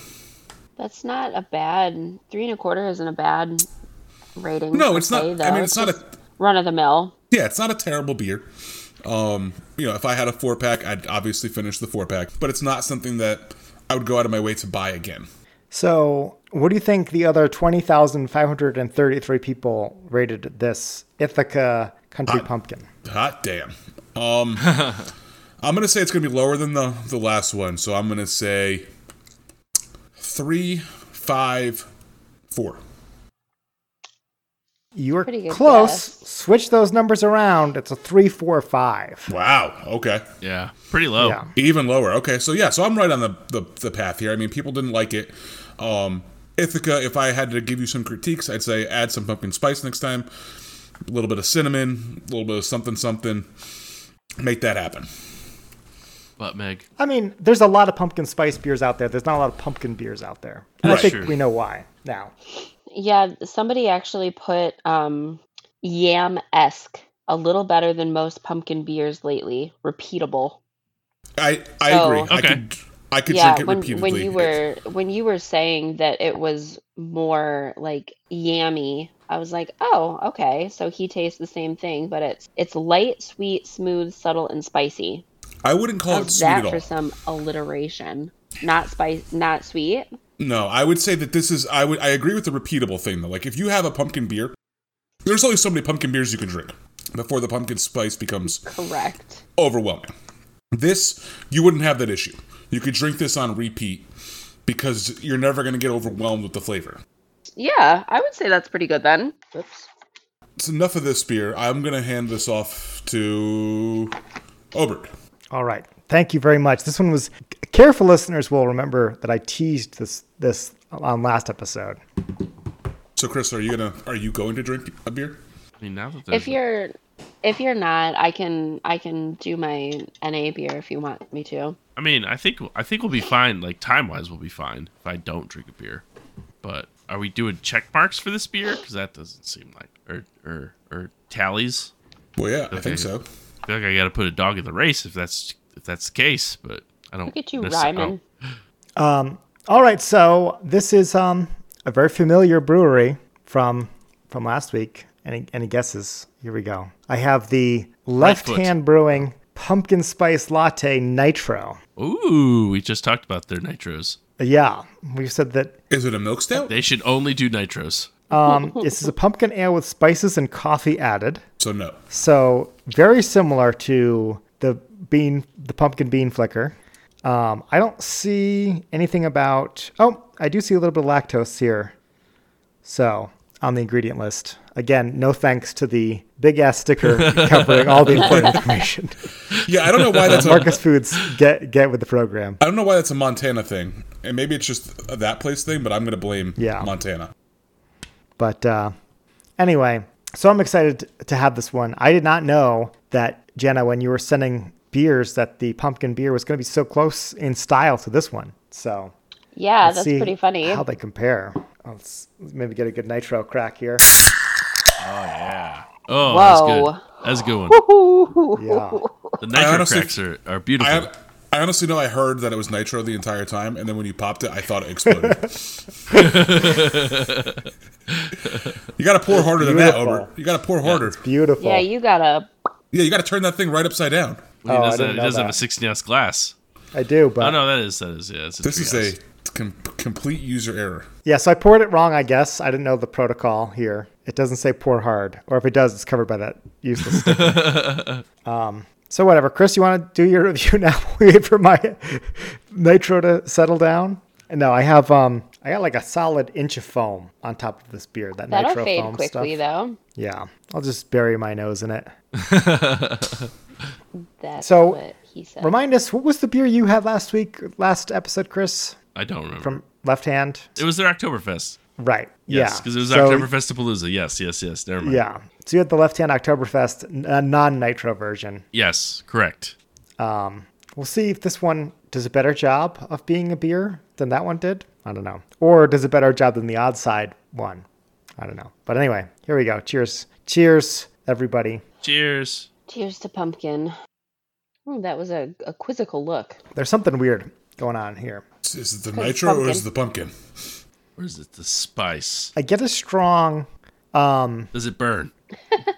Speaker 1: That's not a bad three and a quarter. Isn't a bad rating.
Speaker 5: No,
Speaker 1: per
Speaker 5: it's not-
Speaker 1: se,
Speaker 5: I
Speaker 1: though.
Speaker 5: mean, it's not a-
Speaker 1: just run of the mill.
Speaker 5: Yeah, it's not a terrible beer. Um, you know, if I had a four pack, I'd obviously finish the four pack, but it's not something that I would go out of my way to buy again.
Speaker 3: So, what do you think the other 20,533 people rated this Ithaca Country Pumpkin?
Speaker 5: Hot damn. Um, I'm gonna say it's gonna be lower than the the last one, so I'm gonna say three, five, four.
Speaker 3: You were
Speaker 1: Pretty good
Speaker 3: close.
Speaker 1: guess.
Speaker 3: Switch those numbers around. It's a three, four, five.
Speaker 5: Wow. Okay.
Speaker 4: Yeah, pretty low.
Speaker 3: Yeah.
Speaker 5: Even lower. Okay. So yeah. So I'm right on the, the the path here. I mean, people didn't like it. Um, Ithaca. If I had to give you some critiques, I'd say add some pumpkin spice next time. A little bit of cinnamon. A little bit of something something. Make that happen.
Speaker 4: But Meg,
Speaker 3: I mean, there's a lot of pumpkin spice beers out there. There's not a lot of pumpkin beers out there. And I
Speaker 5: Right.
Speaker 3: think
Speaker 4: Sure.
Speaker 3: we know why now.
Speaker 1: Yeah, somebody actually put um, yam esque a little better than most pumpkin beers lately. Repeatable.
Speaker 5: I I
Speaker 1: So-
Speaker 5: agree. I
Speaker 4: Okay.
Speaker 5: could I could
Speaker 1: Oh. yeah,
Speaker 5: drink it
Speaker 1: when
Speaker 5: repeatedly.
Speaker 1: when you were when you were saying that it was more like yammy, I was like, oh, okay. So he tastes the same thing, but it's it's light, sweet, smooth, subtle, and spicy.
Speaker 5: I wouldn't call it
Speaker 1: How's
Speaker 5: Oh, sweet at
Speaker 1: that
Speaker 5: all.
Speaker 1: for some alliteration? Not spice, not sweet.
Speaker 5: No, I would say that this is I would I agree with the repeatable thing though. Like if you have a pumpkin beer, there's only so many pumpkin beers you can drink before the pumpkin spice becomes
Speaker 1: Correct.
Speaker 5: overwhelming. This you wouldn't have that issue. You could drink this on repeat because you're never going to get overwhelmed with the flavor.
Speaker 1: Yeah, I would say that's pretty good then. Oops.
Speaker 5: It's enough of this beer. I'm going to hand this off to Obert.
Speaker 3: All right. Thank you very much. This one was careful listeners will remember that I teased this this on last episode.
Speaker 5: So Chris, are you gonna are you going to drink a beer?
Speaker 4: I mean, now that there's
Speaker 1: If you're if you're not, I can I can do my NA beer if you want me to.
Speaker 4: I mean, I think I think we'll be fine. Like time wise, we'll be fine if I don't drink a beer. But are we doing check marks for this beer? Because that doesn't seem like or or or tallies.
Speaker 5: Well, yeah, I
Speaker 4: Okay.
Speaker 5: think so.
Speaker 4: I feel like I got to put a dog in the race if that's if that's the case. But I don't.
Speaker 1: Look at you
Speaker 4: necessar- I
Speaker 1: rhyming.
Speaker 4: don't-
Speaker 3: All right, so this is um, a very familiar brewery from from last week. Any any guesses Here we go. I have the Left Hand Brewing Pumpkin Spice Latte Nitro.
Speaker 4: Oh. Ooh, we just talked about their nitros.
Speaker 3: Yeah, we've said that
Speaker 5: Is it a milk stout?
Speaker 4: They should only do nitros.
Speaker 3: um, this is a pumpkin ale with spices and coffee added.
Speaker 5: So no.
Speaker 3: So very similar to the bean, the pumpkin bean flicker. Um, I don't see anything about. Oh, I do see a little bit of lactose here. So on the ingredient list again, no thanks to the big ass sticker covering all the important information.
Speaker 5: Yeah, I don't know why that's a,
Speaker 3: Marcus Foods, get get with the program.
Speaker 5: I don't know why that's a Montana thing, and maybe it's just a that place thing. But I'm gonna blame
Speaker 3: Yeah.
Speaker 5: Montana.
Speaker 3: But uh, anyway, so I'm excited to have this one. I did not know that Jenna, when you were sending beers, that the pumpkin beer was going to be so close in style to this one. So
Speaker 1: Yeah,
Speaker 3: let's
Speaker 1: that's
Speaker 3: see
Speaker 1: pretty funny.
Speaker 3: How they compare? Oh, Let's maybe get a good nitro crack here.
Speaker 4: Oh,
Speaker 1: Whoa.
Speaker 4: that's good. That's a good one.
Speaker 3: Yeah,
Speaker 4: The nitro
Speaker 5: honestly-
Speaker 4: cracks are, are beautiful.
Speaker 5: I have, Oh, I honestly know I heard that it was nitro the entire time, and then when you popped it, I thought it exploded. you got to pour harder than that,
Speaker 3: Beautiful.
Speaker 5: Ober. You got to pour harder.
Speaker 3: beautiful.
Speaker 1: yeah, you gotta.
Speaker 5: Yeah, you got to turn that thing right upside down.
Speaker 4: he
Speaker 3: Oh, I
Speaker 4: doesn't,
Speaker 3: didn't
Speaker 4: he
Speaker 3: know
Speaker 4: doesn't have
Speaker 3: that.
Speaker 4: a 16 ounce glass.
Speaker 3: I do, but
Speaker 4: Oh, no, that is, that is, yeah. It's a
Speaker 5: This
Speaker 4: three
Speaker 5: is
Speaker 4: ounce.
Speaker 5: a com- complete user error.
Speaker 3: yeah. So I poured it wrong. I guess I didn't know the protocol here. It doesn't say pour hard, or if it does, it's covered by that useless sticker. um. So whatever, Chris, you want to do your review now? while we wait for my nitro to settle down. No, I have um, I got like a solid inch of foam on top of this beer. That
Speaker 1: That'll
Speaker 3: nitro
Speaker 1: fade
Speaker 3: foam
Speaker 1: quickly,
Speaker 3: stuff.
Speaker 1: though.
Speaker 3: Yeah, I'll just bury my nose in it.
Speaker 1: That's
Speaker 3: So,
Speaker 1: what he said.
Speaker 3: Remind us, what was the beer you had last week, last episode, Chris?
Speaker 4: I don't remember.
Speaker 3: From left hand?
Speaker 4: it was their Oktoberfest.
Speaker 3: Right.
Speaker 4: Yes,
Speaker 3: yeah.
Speaker 4: because it was
Speaker 3: So-
Speaker 4: Oktoberfest Palooza. Yes, yes, yes. Never mind.
Speaker 3: Yeah. So you had the left hand Oktoberfest non nitro version. Um,
Speaker 4: Yes, correct.
Speaker 3: We'll see if this one does a better job of being a beer than that one did. I don't know. Or does a better job than the odd side one. I don't know. But anyway, here we go. Cheers. Cheers, everybody.
Speaker 4: Cheers.
Speaker 1: Cheers to pumpkin. Ooh, that was a, a quizzical look.
Speaker 3: There's something weird going on here.
Speaker 5: Is- Is it the
Speaker 1: Cause
Speaker 5: nitro or
Speaker 1: pumpkin.
Speaker 5: is it the pumpkin?
Speaker 4: Or is it the spice?
Speaker 3: I get a strong um
Speaker 4: Does it burn?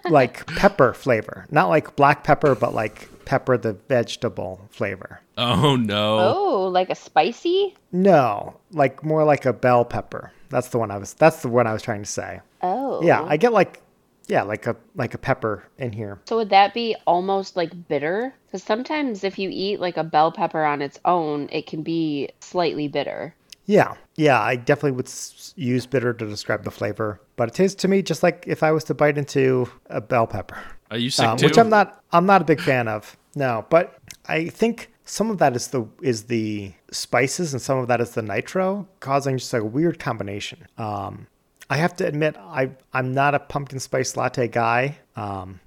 Speaker 3: like pepper flavor. Not like black pepper, but like pepper the vegetable flavor.
Speaker 4: Oh, no.
Speaker 1: Oh, like a spicy?
Speaker 3: No, like more like a bell pepper. That's the one I was that's the one I was trying to say.
Speaker 1: Oh.
Speaker 3: Yeah, I get like yeah, like a like a pepper in here.
Speaker 1: So would that be almost like bitter? Because sometimes if you eat like a bell pepper on its own, it can be slightly bitter.
Speaker 3: Yeah. Yeah, I definitely would s- use bitter to describe the flavor, but it tastes to me just like if I was to bite into a bell pepper.
Speaker 4: Are you sick
Speaker 3: um,
Speaker 4: too?
Speaker 3: which I'm not I'm not a big fan of. No, but I think some of that is the is the spices and some of that is the nitro causing just like a weird combination. Um, I have to admit I I'm not a pumpkin spice latte guy. Um,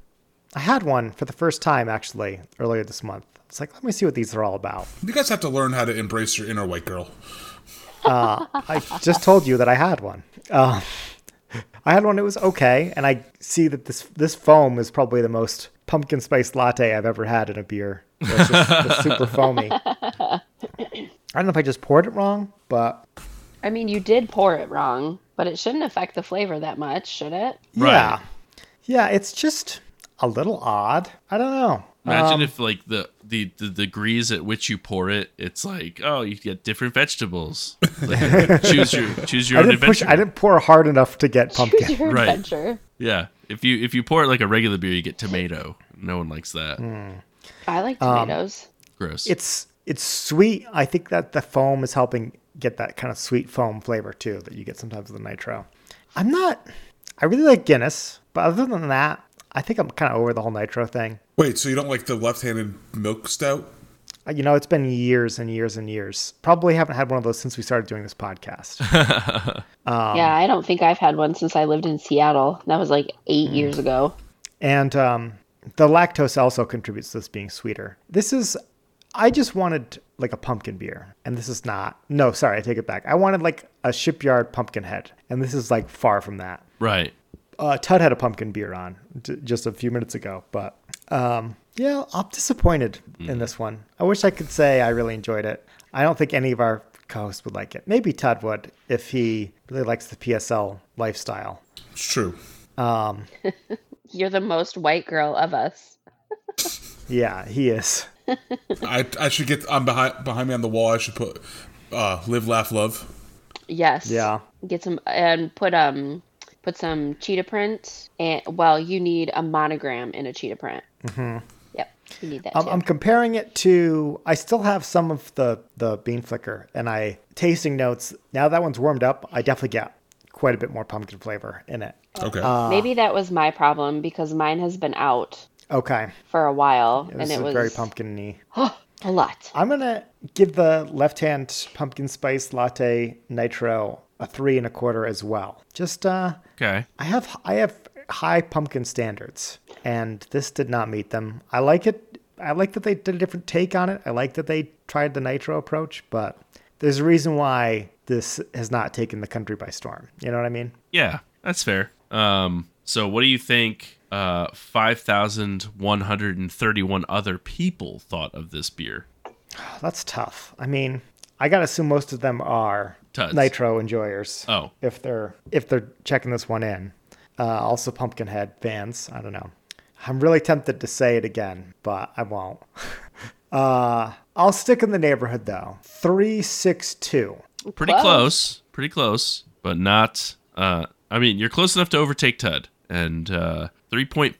Speaker 3: I had one for the first time actually earlier this month. It's like let me see what these are all about.
Speaker 5: You guys have to learn how to embrace your inner white girl.
Speaker 3: I just told you that I had one. Um, I had one. It was okay, and I see that this this foam is probably the most pumpkin spice latte I've ever had in a beer. It's just it's super foamy. I don't know if I just poured it wrong, but
Speaker 1: I mean, you did pour it wrong, but it shouldn't affect the flavor that much, should it?
Speaker 4: Right.
Speaker 3: yeah, yeah, it's just a little odd. I don't know.
Speaker 4: Imagine if like the, the the degrees at which you pour it, it's like oh you get different vegetables. Like, choose your choose your
Speaker 3: I
Speaker 4: own
Speaker 3: didn't push.
Speaker 4: adventure.
Speaker 3: I didn't pour hard enough to get
Speaker 1: Choose
Speaker 3: pumpkin.
Speaker 1: your
Speaker 4: Right.
Speaker 1: adventure.
Speaker 4: Yeah, if you if you pour it like a regular beer, you get tomato. No one likes that.
Speaker 1: I like
Speaker 3: Um,
Speaker 1: tomatoes.
Speaker 4: Gross.
Speaker 3: It's it's sweet. I think that the foam is helping get that kind of sweet foam flavor too that you get sometimes with the nitro. I'm not. I really like Guinness, but other than that, I think I'm kind of over the whole nitro thing.
Speaker 5: Wait, so you don't like the left-handed milk stout?
Speaker 3: Uh, You know, it's been years and years and years. Probably haven't had one of those since we started doing this podcast. um,
Speaker 1: yeah, I don't think I've had one since I lived in Seattle. That was like eight
Speaker 3: mm.
Speaker 1: years ago.
Speaker 3: and um, the lactose also contributes to this being sweeter. This is. I just wanted like a pumpkin beer, and this is not. No, sorry, I take it back. I wanted like a shipyard pumpkin head, and this is like far from that.
Speaker 4: right.
Speaker 3: uh, Tud had a pumpkin beer on j- just a few minutes ago, but um, yeah, I'm disappointed in this one. I wish I could say I really enjoyed it. I don't think any of our co-hosts would like it. Maybe Todd would if he really likes the PSL lifestyle.
Speaker 5: It's true.
Speaker 1: You're the most white girl of us.
Speaker 3: Yeah, he is.
Speaker 5: I, I should get I'm behind behind me on the wall. I should put uh, live, laugh, love.
Speaker 1: Yes.
Speaker 3: Yeah.
Speaker 1: Get some and put um put some cheetah print and well you need a monogram in a cheetah print. Mm-hmm. Yep. You need that.
Speaker 3: I'm,
Speaker 1: too.
Speaker 3: I'm comparing it to. I still have some of the the bean flicker, and I tasting notes. Now that one's warmed up, I definitely get quite a bit more pumpkin flavor in it.
Speaker 5: Okay.
Speaker 3: uh,
Speaker 1: Maybe that was my problem because mine has been out
Speaker 3: Okay,
Speaker 1: for a while
Speaker 3: this
Speaker 1: and
Speaker 3: is
Speaker 1: it was
Speaker 3: very pumpkiny.
Speaker 1: a lot.
Speaker 3: I'm gonna give the left hand pumpkin spice latte nitro a three and a quarter as well. Just uh,
Speaker 4: Okay.
Speaker 3: I have I have high pumpkin standards, and this did not meet them. I like it. I like that they did a different take on it. I like that they tried the nitro approach, but there's a reason why this has not taken the country by storm. You know what I mean?
Speaker 4: Yeah, that's fair. Um, so what do you think uh, 5,131 other people thought of this beer?
Speaker 3: Oh, That's tough. I mean, I gotta assume most of them are
Speaker 4: Tuds.
Speaker 3: nitro enjoyers.
Speaker 4: Oh.
Speaker 3: if they're if they're checking this one in, uh, also Pumpkinhead fans. I don't know. I'm really tempted to say it again, but I won't. Uh, I'll stick in the neighborhood though. Three six two.
Speaker 4: Pretty
Speaker 1: Close.
Speaker 4: close. Pretty close, but not. Uh, I mean, you're close enough to overtake Tud and uh,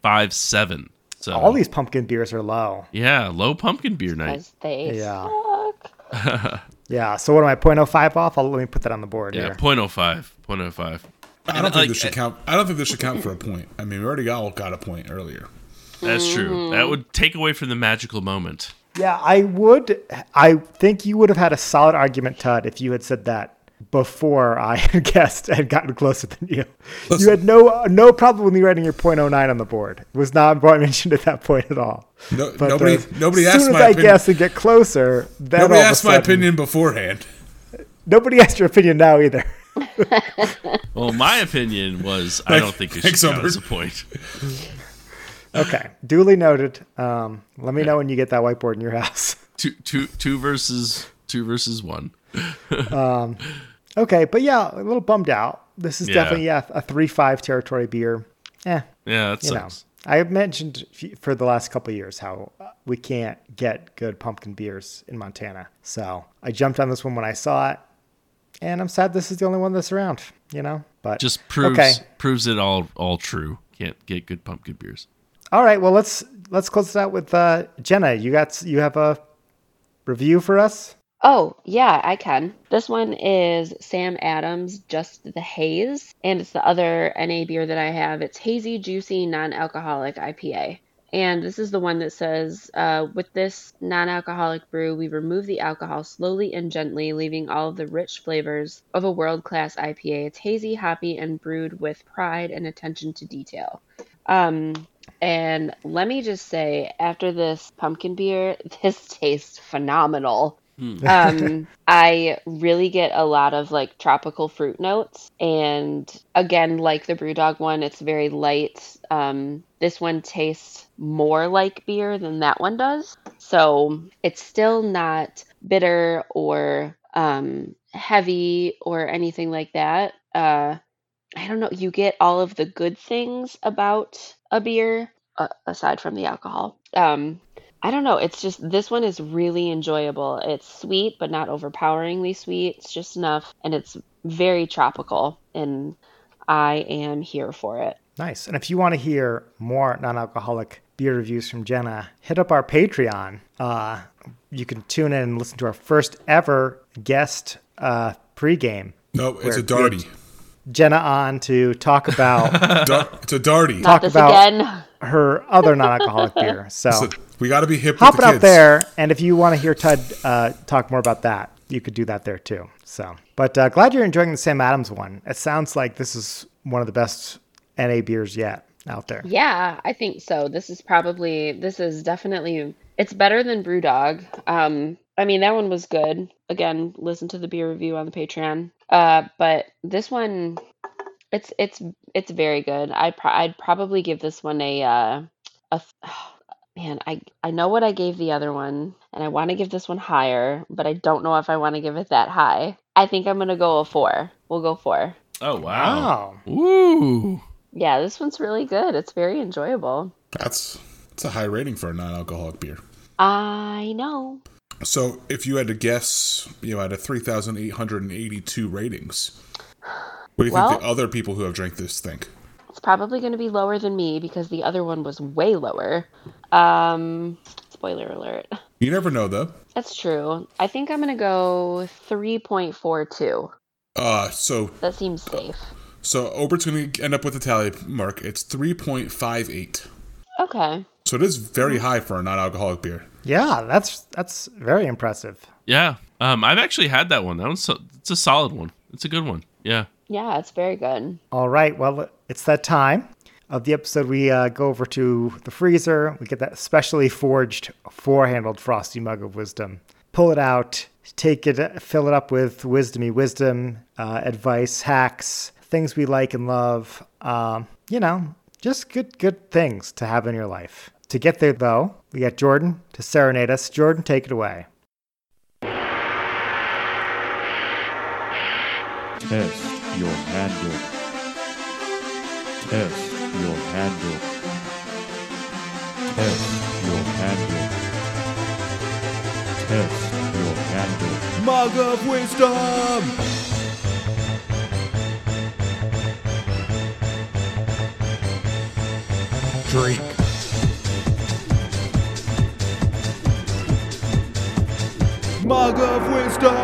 Speaker 4: 3.57. So
Speaker 3: All these pumpkin beers are low.
Speaker 4: Yeah, low pumpkin beer night.
Speaker 1: Because they
Speaker 3: Yeah.
Speaker 1: suck.
Speaker 3: Yeah. So what am I? 0.05 off. I'll let me put that on the board
Speaker 4: Yeah,
Speaker 3: here.
Speaker 4: 0.05. 0.05.
Speaker 5: I don't think this
Speaker 4: uh,
Speaker 5: should count. I don't think this should count for a point. I mean, we already all got a point earlier.
Speaker 4: That's true. That
Speaker 3: Mm-hmm.
Speaker 4: would take away from the magical moment.
Speaker 3: Yeah, I would. I think you would have had a solid argument, Todd, if you had said that before I had guessed and gotten closer than you. You had no no problem with me writing your .09 on the board. It was not mentioned at that point at all.
Speaker 5: No, nobody
Speaker 3: uh,
Speaker 5: nobody
Speaker 3: as
Speaker 5: asked
Speaker 3: soon
Speaker 5: my
Speaker 3: as I
Speaker 5: opinion.
Speaker 3: guess and get closer, then
Speaker 5: nobody
Speaker 3: all of a
Speaker 5: asked my
Speaker 3: sudden-
Speaker 5: opinion beforehand.
Speaker 3: Nobody asked your opinion now either.
Speaker 4: Well, my opinion was I
Speaker 5: Thank-
Speaker 4: don't think this should
Speaker 5: thanks,
Speaker 4: count
Speaker 5: Humbert.
Speaker 4: as a point.
Speaker 3: Okay, duly noted. Um, let me know when you get that whiteboard in your house.
Speaker 4: Two, two, two versus two versus one.
Speaker 3: Okay, but yeah, a little bummed out. This is
Speaker 4: Yeah.
Speaker 3: definitely yeah a three five territory beer. Eh,
Speaker 4: Yeah, that
Speaker 3: you know,
Speaker 4: sucks.
Speaker 3: I have mentioned f- for the last couple of years how uh, we can't get good pumpkin beers in Montana. So I jumped on this one when I saw it, and I'm sad this is the only one that's around. You know, but
Speaker 4: Just proves
Speaker 3: Okay,
Speaker 4: proves it all all true. Can't get good pumpkin beers.
Speaker 3: all right. Well, let's let's close it out with uh, Jenna. You got s- you have a review for us?
Speaker 1: Oh, yeah, I can. This one is Sam Adams, Just the Haze, and it's the other NA beer that I have. It's hazy, juicy, non-alcoholic IPA. And this is the one that says, uh, with this non alcoholic brew, we remove the alcohol slowly and gently, leaving all of the rich flavors of a world class IPA. It's hazy, hoppy, and brewed with pride and attention to detail. Um, and let me just say, after this pumpkin beer, this tastes phenomenal. um, I really get a lot of like tropical fruit notes, and again, like the BrewDog one, it's very light. Um, this one tastes more like beer than that one does, so it's still not bitter or um, heavy or anything like that. Uh, I don't know. You get all of the good things about a beer uh, aside from the alcohol. Um, I don't know. It's just this one is really enjoyable. It's sweet, but not overpoweringly sweet. It's just enough, and it's very tropical, and I am here for it.
Speaker 3: Nice. And if you want to hear more non-alcoholic beer reviews from Jenna, hit up our Patreon. Uh, you can tune in and listen to our first ever guest uh, pregame.
Speaker 5: No, it's
Speaker 3: Where
Speaker 5: a darty.
Speaker 3: Jenna on to talk about
Speaker 5: Dar- it's a darty.
Speaker 1: Not
Speaker 3: Talk
Speaker 1: this
Speaker 3: about-
Speaker 1: again.
Speaker 3: her other non-alcoholic beer. So
Speaker 5: We got to be hip.
Speaker 3: hop
Speaker 5: with
Speaker 3: it
Speaker 5: the
Speaker 3: out
Speaker 5: kids.
Speaker 3: there, and if you want to hear Ted uh, talk more about that, you could do that there too. So, but uh, glad you're enjoying the Sam Adams one. It sounds like this is one of the best NA beers yet out there.
Speaker 1: Yeah, I think so. This is probably this is definitely it's better than BrewDog. Um, I mean that one was good. Again, listen to the beer review on the Patreon. Uh, but this one, it's it's it's very good. I pro- I'd probably give this one a uh, a th- man. I I know what I gave the other one, and I want to give this one higher, but I don't know if I want to give it that high. I think I'm gonna go a four. We'll go four.
Speaker 4: Oh wow.
Speaker 3: Wow.
Speaker 4: Ooh.
Speaker 1: Yeah, this one's really good. It's very enjoyable.
Speaker 5: That's that's a high rating for a non-alcoholic beer.
Speaker 1: I know.
Speaker 5: So, if you had to guess, you know, out of 3,882 ratings, what do you
Speaker 1: Well-
Speaker 5: think the other people who have drank this think?
Speaker 1: It's probably going to be lower than me because the other one was way lower. Um, spoiler alert.
Speaker 5: You never know, though.
Speaker 1: That's true. I think I'm going to go 3.42.
Speaker 5: Uh, so,
Speaker 1: That seems safe.
Speaker 5: so Obert's going to end up with a tally mark. It's 3.58.
Speaker 1: Okay.
Speaker 5: So, it is very high for a non-alcoholic beer.
Speaker 3: Yeah, that's that's very impressive.
Speaker 4: Yeah. Um, I've actually had that one. That one's so, it's a solid one. It's a good one. Yeah.
Speaker 1: Yeah, it's very good.
Speaker 3: All right, well, it's that time of the episode. We uh, go over to the freezer. We get that specially forged four-handled frosty mug of wisdom. Pull it out, take it, fill it up with wisdomy wisdom, uh, advice, hacks, things we like and love. Um, you know, just good, good things to have in your life. To get there, though, we got Jordan to serenade us. Jordan, take it away.
Speaker 2: Test your handbook. Test your handbook. Test your handbook. Test your handbook. Mug of Wisdom!
Speaker 5: Drink.
Speaker 2: Mug of Wisdom!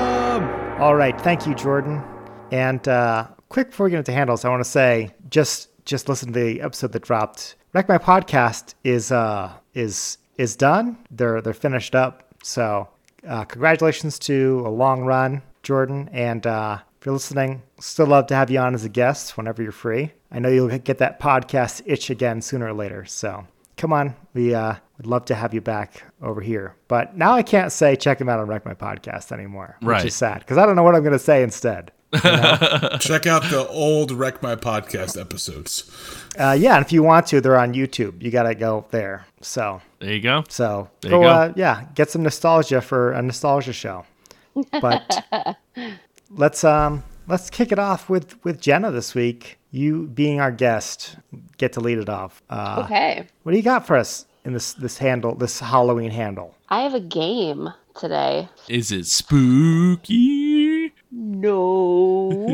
Speaker 3: All right, thank you, Jordan. And uh, quick before we get into handles, I want to say just just listen to the episode that dropped. Wreck My Podcast is uh, is is done. They're they're finished up. So uh, congratulations to a long run, Jordan. And uh, if you're listening, still love to have you on as a guest whenever you're free. I know you'll get that podcast itch again sooner or later. So come on, we uh, would love to have you back over here. But now I can't say check him out on Wreck My Podcast anymore,
Speaker 4: Right.
Speaker 3: which is sad because I don't know what I'm going to say instead.
Speaker 5: Check out the old Wreck My Podcast episodes.
Speaker 3: Uh, yeah, and if you want to, they're on YouTube. You got to go there. So,
Speaker 4: There you go.
Speaker 3: so
Speaker 4: you go.
Speaker 3: Uh, yeah, get some nostalgia for a nostalgia show. But let's um let's kick it off with with Jenna this week. You being our guest, get to lead it off. Uh,
Speaker 1: Okay.
Speaker 3: What do you got for us in this this handle this Halloween handle?
Speaker 1: I have a game today.
Speaker 4: Is it spooky?
Speaker 1: No.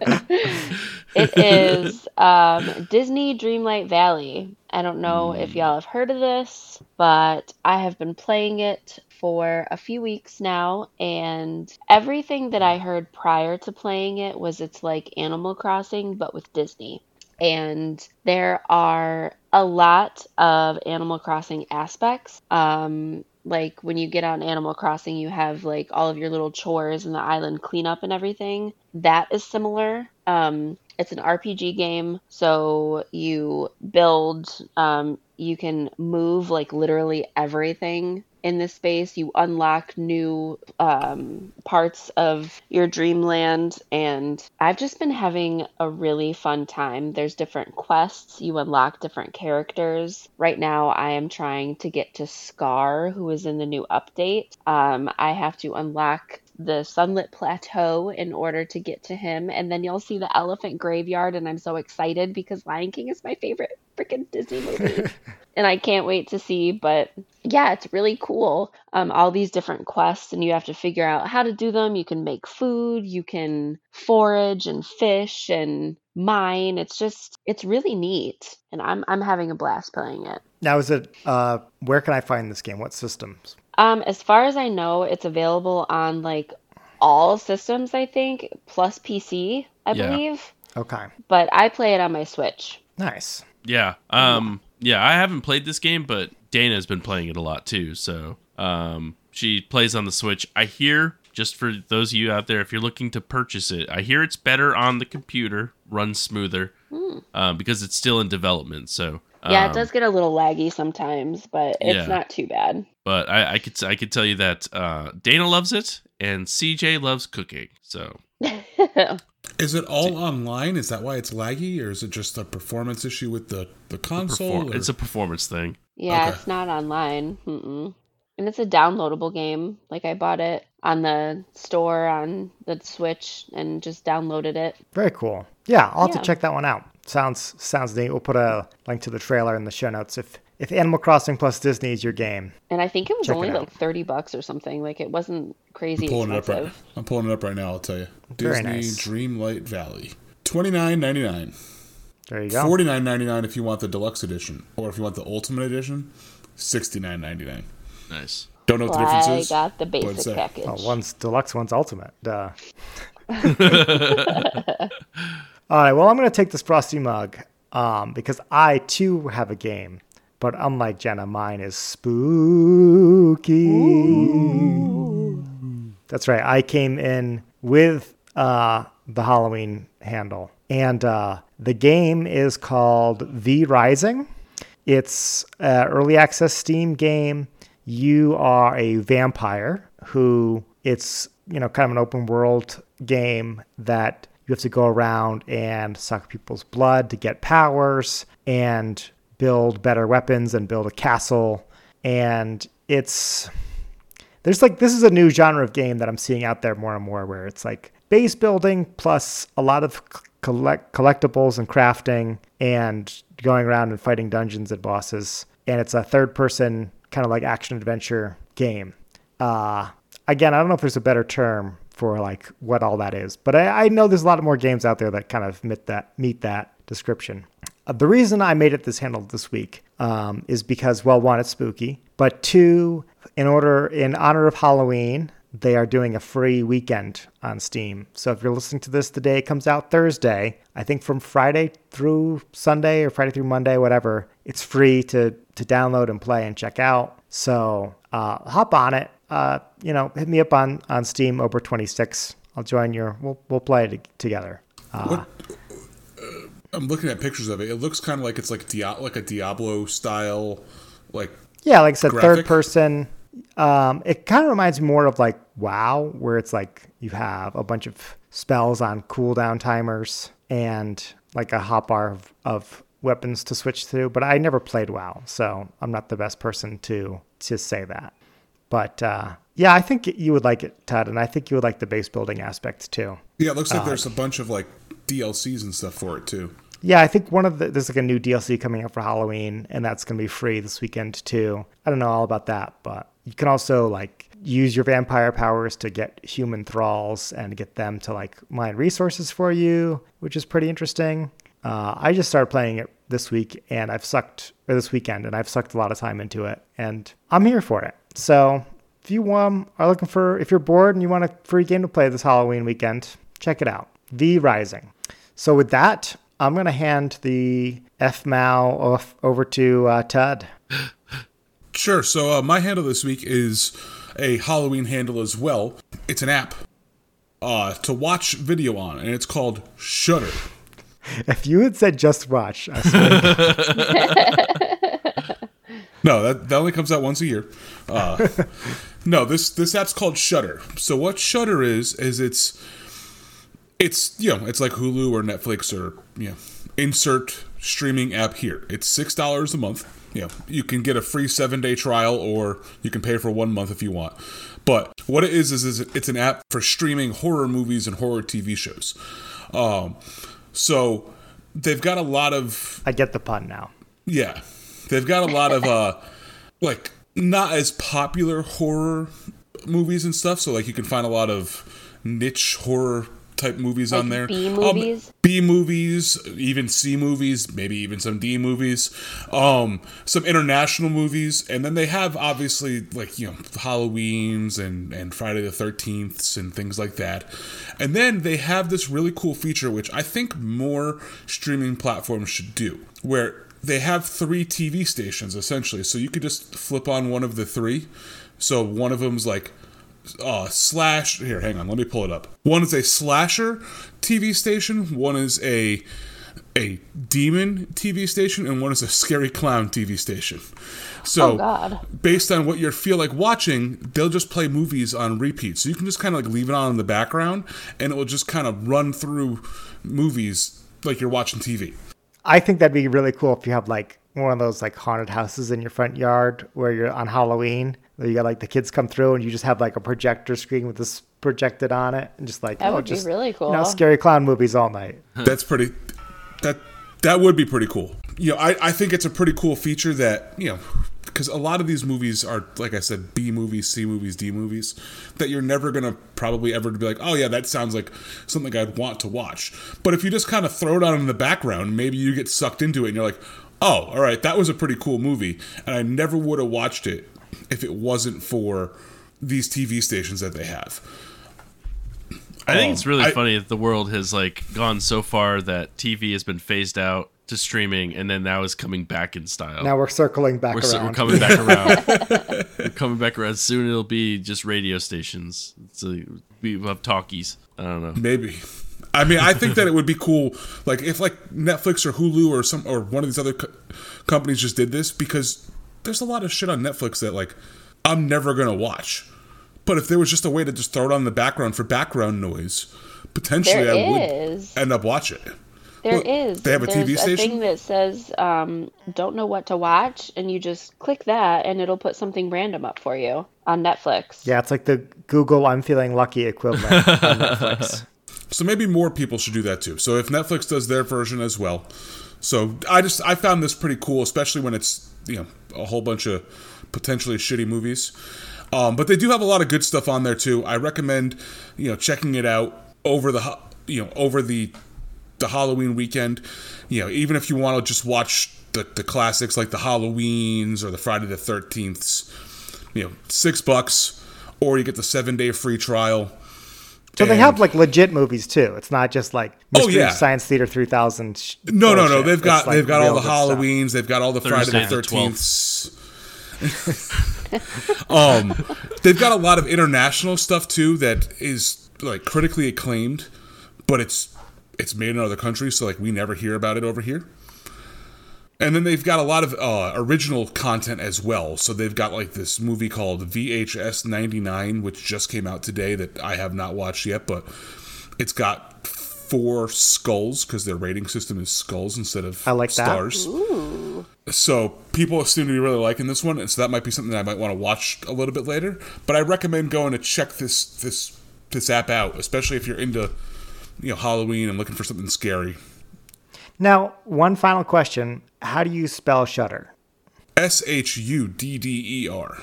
Speaker 1: it is um, Disney Dreamlight Valley. I don't know if y'all have heard of this, but I have been playing it for a few weeks now, and everything that I heard prior to playing it was it's like Animal Crossing, but with Disney. And there are a lot of Animal Crossing aspects. Um, like when you get on Animal Crossing, you have like all of your little chores and the island cleanup and everything. That is similar. Um, it's an RPG game, so you build, um, you can move like literally everything in this space. You unlock new um, parts of your dreamland, and I've just been having a really fun time. There's different quests, you unlock different characters. Right now, I am trying to get to Scar, who is in the new update. Um, I have to unlock the sunlit plateau in order to get to him and then you'll see the elephant graveyard and i'm so excited because lion king is my favorite freaking disney movie and i can't wait to see but yeah it's really cool um, all these different quests and you have to figure out how to do them you can make food you can forage and fish and mine it's just it's really neat and i'm i'm having a blast playing it
Speaker 3: Now, is it uh, where can I find this game? What systems?
Speaker 1: um, as far as I know, it's available on like all systems, I think, plus PC, I
Speaker 4: Yeah.
Speaker 1: believe.
Speaker 3: Okay,
Speaker 1: But I play it on my Switch.
Speaker 3: nice.
Speaker 4: Yeah. Um. Yeah. I haven't played this game, but Dana's been playing it a lot too. So, um, she plays on the Switch. I hear just for those of you out there, if you're looking to purchase it, I hear it's better on the computer, runs smoother, uh, because it's still in development. So.
Speaker 1: Yeah, it
Speaker 4: um,
Speaker 1: does get a little laggy sometimes, but it's
Speaker 4: yeah.
Speaker 1: not too bad.
Speaker 4: But I, I could I could tell you that uh, Dana loves it and CJ loves cooking. So
Speaker 5: Is it all online? Is that why it's laggy, or is it just a performance issue with the the console?
Speaker 4: perform-
Speaker 5: or-
Speaker 4: it's a performance thing.
Speaker 1: Yeah,
Speaker 5: Okay.
Speaker 1: it's not online. Mm-mm. and it's a downloadable game. Like I bought it on the store on the Switch and just downloaded it.
Speaker 3: Very cool. Yeah, I'll have
Speaker 1: Yeah.
Speaker 3: to check that one out. Sounds sounds neat. We'll put a link to the trailer in the show notes if if Animal Crossing plus Disney is your game.
Speaker 1: And I think it was
Speaker 3: Check
Speaker 1: only
Speaker 3: it out.
Speaker 1: like 30 bucks or something. Like it wasn't crazy
Speaker 5: Pulling it up right.
Speaker 1: expensive.
Speaker 5: I'm pulling it up right now. I'll tell you.
Speaker 3: Very
Speaker 5: Disney
Speaker 3: nice.
Speaker 5: Dreamlight Valley. Twenty nine ninety nine.
Speaker 3: There you go.
Speaker 5: Forty nine ninety nine if you want the deluxe edition, or if you want the ultimate edition, sixty nine ninety nine.
Speaker 4: Nice.
Speaker 5: Don't know what the
Speaker 1: Well, I
Speaker 5: difference is. Oh,
Speaker 1: got the
Speaker 5: What'd it
Speaker 1: basic
Speaker 5: say?
Speaker 1: package.
Speaker 3: Well, one's deluxe, one's ultimate. Duh. All right. Well, I'm going to take this frosty mug um, because I too have a game, but unlike Jenna, mine is spooky. That's right. I came in with uh, the Halloween handle, and uh, the game is called The Rising. It's an early access Steam game. You are a vampire who it's you know kind of an open world game that you have to go around and suck people's blood to get powers and build better weapons and build a castle. And it's there's like this is a new genre of game that I'm seeing out there more and more where it's like base building plus a lot of c- collect collectibles and crafting and going around and fighting dungeons and bosses and it's a third person kind of like action adventure game. Uh again, I don't know if there's a better term for like what all that is, but I, I know there's a lot more games out there that kind of meet that meet that description. Uh, the reason I made it this handle this week um, is because, well, one, it's spooky, but two, in order in honor of Halloween, they are doing a free weekend on Steam. So if you're listening to this the day it comes out Thursday, I think from Friday through Sunday or Friday through Monday, whatever, it's free to to download and play and check out. So uh, hop on it. Uh, you know, hit me up on on Steam over 26. I'll join your. We'll we'll play it together.
Speaker 5: What? uh, I'm looking at pictures of it. It looks kind of like it's like Dia- like a Diablo style, like
Speaker 3: Yeah, like I said, third
Speaker 5: Graphic?
Speaker 3: person. Um, it kind of reminds me more of like WoW, where it's like you have a bunch of spells on cooldown timers and like a hotbar of, of weapons to switch to. But I never played WoW, so I'm not the best person to to say that. But uh, yeah, I think you would like it, Todd, and I think you would like the base building aspect too.
Speaker 5: yeah. It looks
Speaker 1: Uh-huh.
Speaker 5: like there's a bunch of like DLCs and stuff for it too.
Speaker 3: Yeah, I think one of the there's like a new DLC coming out for Halloween, and that's gonna be free this weekend too. I don't know all about that, but you can also like use your vampire powers to get human thralls and get them to like mine resources for you, which is pretty interesting. Uh, I just started playing it this week, and I've sucked or this weekend, and I've sucked a lot of time into it, and I'm here for it. So if you um, are looking for if you're bored and you want a free game to play this Halloween weekend, check it out. The Rising. So with that, I'm going to hand the F Mao off over to uh, Todd.
Speaker 5: Sure. So uh, my handle this week is a Halloween handle as well. It's an app uh, to watch video on, and it's called Shudder.
Speaker 3: If you had said just watch, I swear-
Speaker 5: No, that, that only comes out once a year. Uh, no, this this app's called Shutter. So what Shutter is is it's it's you know it's like Hulu or Netflix or you know insert streaming app here. It's six dollars a month. You know you can get a free seven day trial or you can pay for one month if you want. But what it is is, is it's an app for streaming horror movies and horror TV shows. Um, so they've got a lot of
Speaker 3: I get the pun now.
Speaker 5: yeah. They've got a lot of uh like not as popular horror movies and stuff, so like you can find a lot of niche horror type movies on there.
Speaker 1: B
Speaker 5: Um,
Speaker 1: movies?
Speaker 5: B movies, even C movies, maybe even some D movies, um, some international movies, and then they have obviously like you know Halloween's and and Friday the Thirteenths and things like that, and then they have this really cool feature which I think more streaming platforms should do, where they have three TV stations essentially, so you could just flip on one of the three, so one of them's like uh, slash. Here, hang on. Let me pull it up. One is a slasher TV station. One is a a demon TV station, and one is a scary clown TV station. So,
Speaker 1: Oh, God.
Speaker 5: based on what you feel like watching, they'll just play movies on repeat. So you can just kind of like leave it on in the background, and it will just kind of run through movies like you're watching TV.
Speaker 3: I think that'd be really cool if you have like one of those like haunted houses in your front yard where you're on Halloween. You got like the kids come through and you just have like a projector screen with this projected on it and just like
Speaker 1: That
Speaker 3: oh,
Speaker 1: would be
Speaker 3: just,
Speaker 1: really
Speaker 3: You know,
Speaker 1: cool.
Speaker 3: scary clown movies all night.
Speaker 4: Uh-huh.
Speaker 5: That's pretty. That that would be pretty cool. You know, I I think it's a pretty cool feature that you know because a lot of these movies are like I said, B movies, C movies, D movies that you're never gonna probably ever be like, oh yeah, that sounds like something I'd want to watch. But if you just kind of throw it on in the background, maybe you get sucked into it and you're like, oh, all right, that was a pretty cool movie, and I never would have watched it if it wasn't for these TV stations that they have.
Speaker 4: I think
Speaker 5: Um,
Speaker 4: it's really
Speaker 5: I-
Speaker 4: funny that the world has like gone so far that TV has been phased out to streaming, and then now is coming back in style.
Speaker 3: Now we're circling back
Speaker 4: we're,
Speaker 3: around.
Speaker 4: so- we're coming back around. we're coming back around. Soon it'll be just radio stations. So we will have talkies. I don't know.
Speaker 5: Maybe. I mean, I think that it would be cool, like if like Netflix or Hulu or some or one of these other co- companies just did this because there's a lot of shit on Netflix that like I'm never gonna watch. But if there was just a way to just throw it on the background for background noise, potentially
Speaker 1: There
Speaker 5: I would
Speaker 1: is.
Speaker 5: end up watching it.
Speaker 1: There is.
Speaker 5: Well, They have a
Speaker 1: There's
Speaker 5: TV station.
Speaker 1: thing that says um, "Don't know what to watch," and you just click that, and it'll put something random up for you on Netflix.
Speaker 3: Yeah, it's like the Google I'm feeling lucky equivalent on Netflix.
Speaker 5: So maybe more people should do that too. So if Netflix does their version as well. So I just I found this pretty cool, especially when it's you know a whole bunch of potentially shitty movies. Um, but they do have a lot of good stuff on there too. I recommend you know checking it out over the ho- you know over the the Halloween weekend. You know, even if you want to just watch the, the classics like the Halloweens or the Friday the 13ths, you know, six bucks, or you get the seven day free trial.
Speaker 3: So they
Speaker 5: And-
Speaker 3: have like legit movies too. It's not just like
Speaker 5: Oh,
Speaker 3: Mystery
Speaker 5: yeah.
Speaker 3: Science Theater 3000. sh-
Speaker 5: No, no, no.
Speaker 3: bullshit.
Speaker 5: They've got
Speaker 3: It's, like,
Speaker 5: they've got
Speaker 3: real
Speaker 5: all the
Speaker 3: good stuff.
Speaker 5: Halloweens. They've got all the Friday
Speaker 4: Thursday
Speaker 5: the
Speaker 4: the
Speaker 5: Thirteenth. um, they've got a lot of international stuff too that is like critically acclaimed, but it's it's made in other countries, so like we never hear about it over here. And then they've got a lot of uh, original content as well. So they've got like this movie called VHS 99, which just came out today that I have not watched yet, but it's got four skulls because their rating system is skulls instead of
Speaker 3: I like that.
Speaker 5: stars. So people seem to be really liking this one, and so that might be something that I might want to watch a little bit later. But I recommend going to check this this this app out, especially if you're into you know Halloween and looking for something scary.
Speaker 3: Now, one final question. How do you spell shudder?
Speaker 5: S H U D D E R.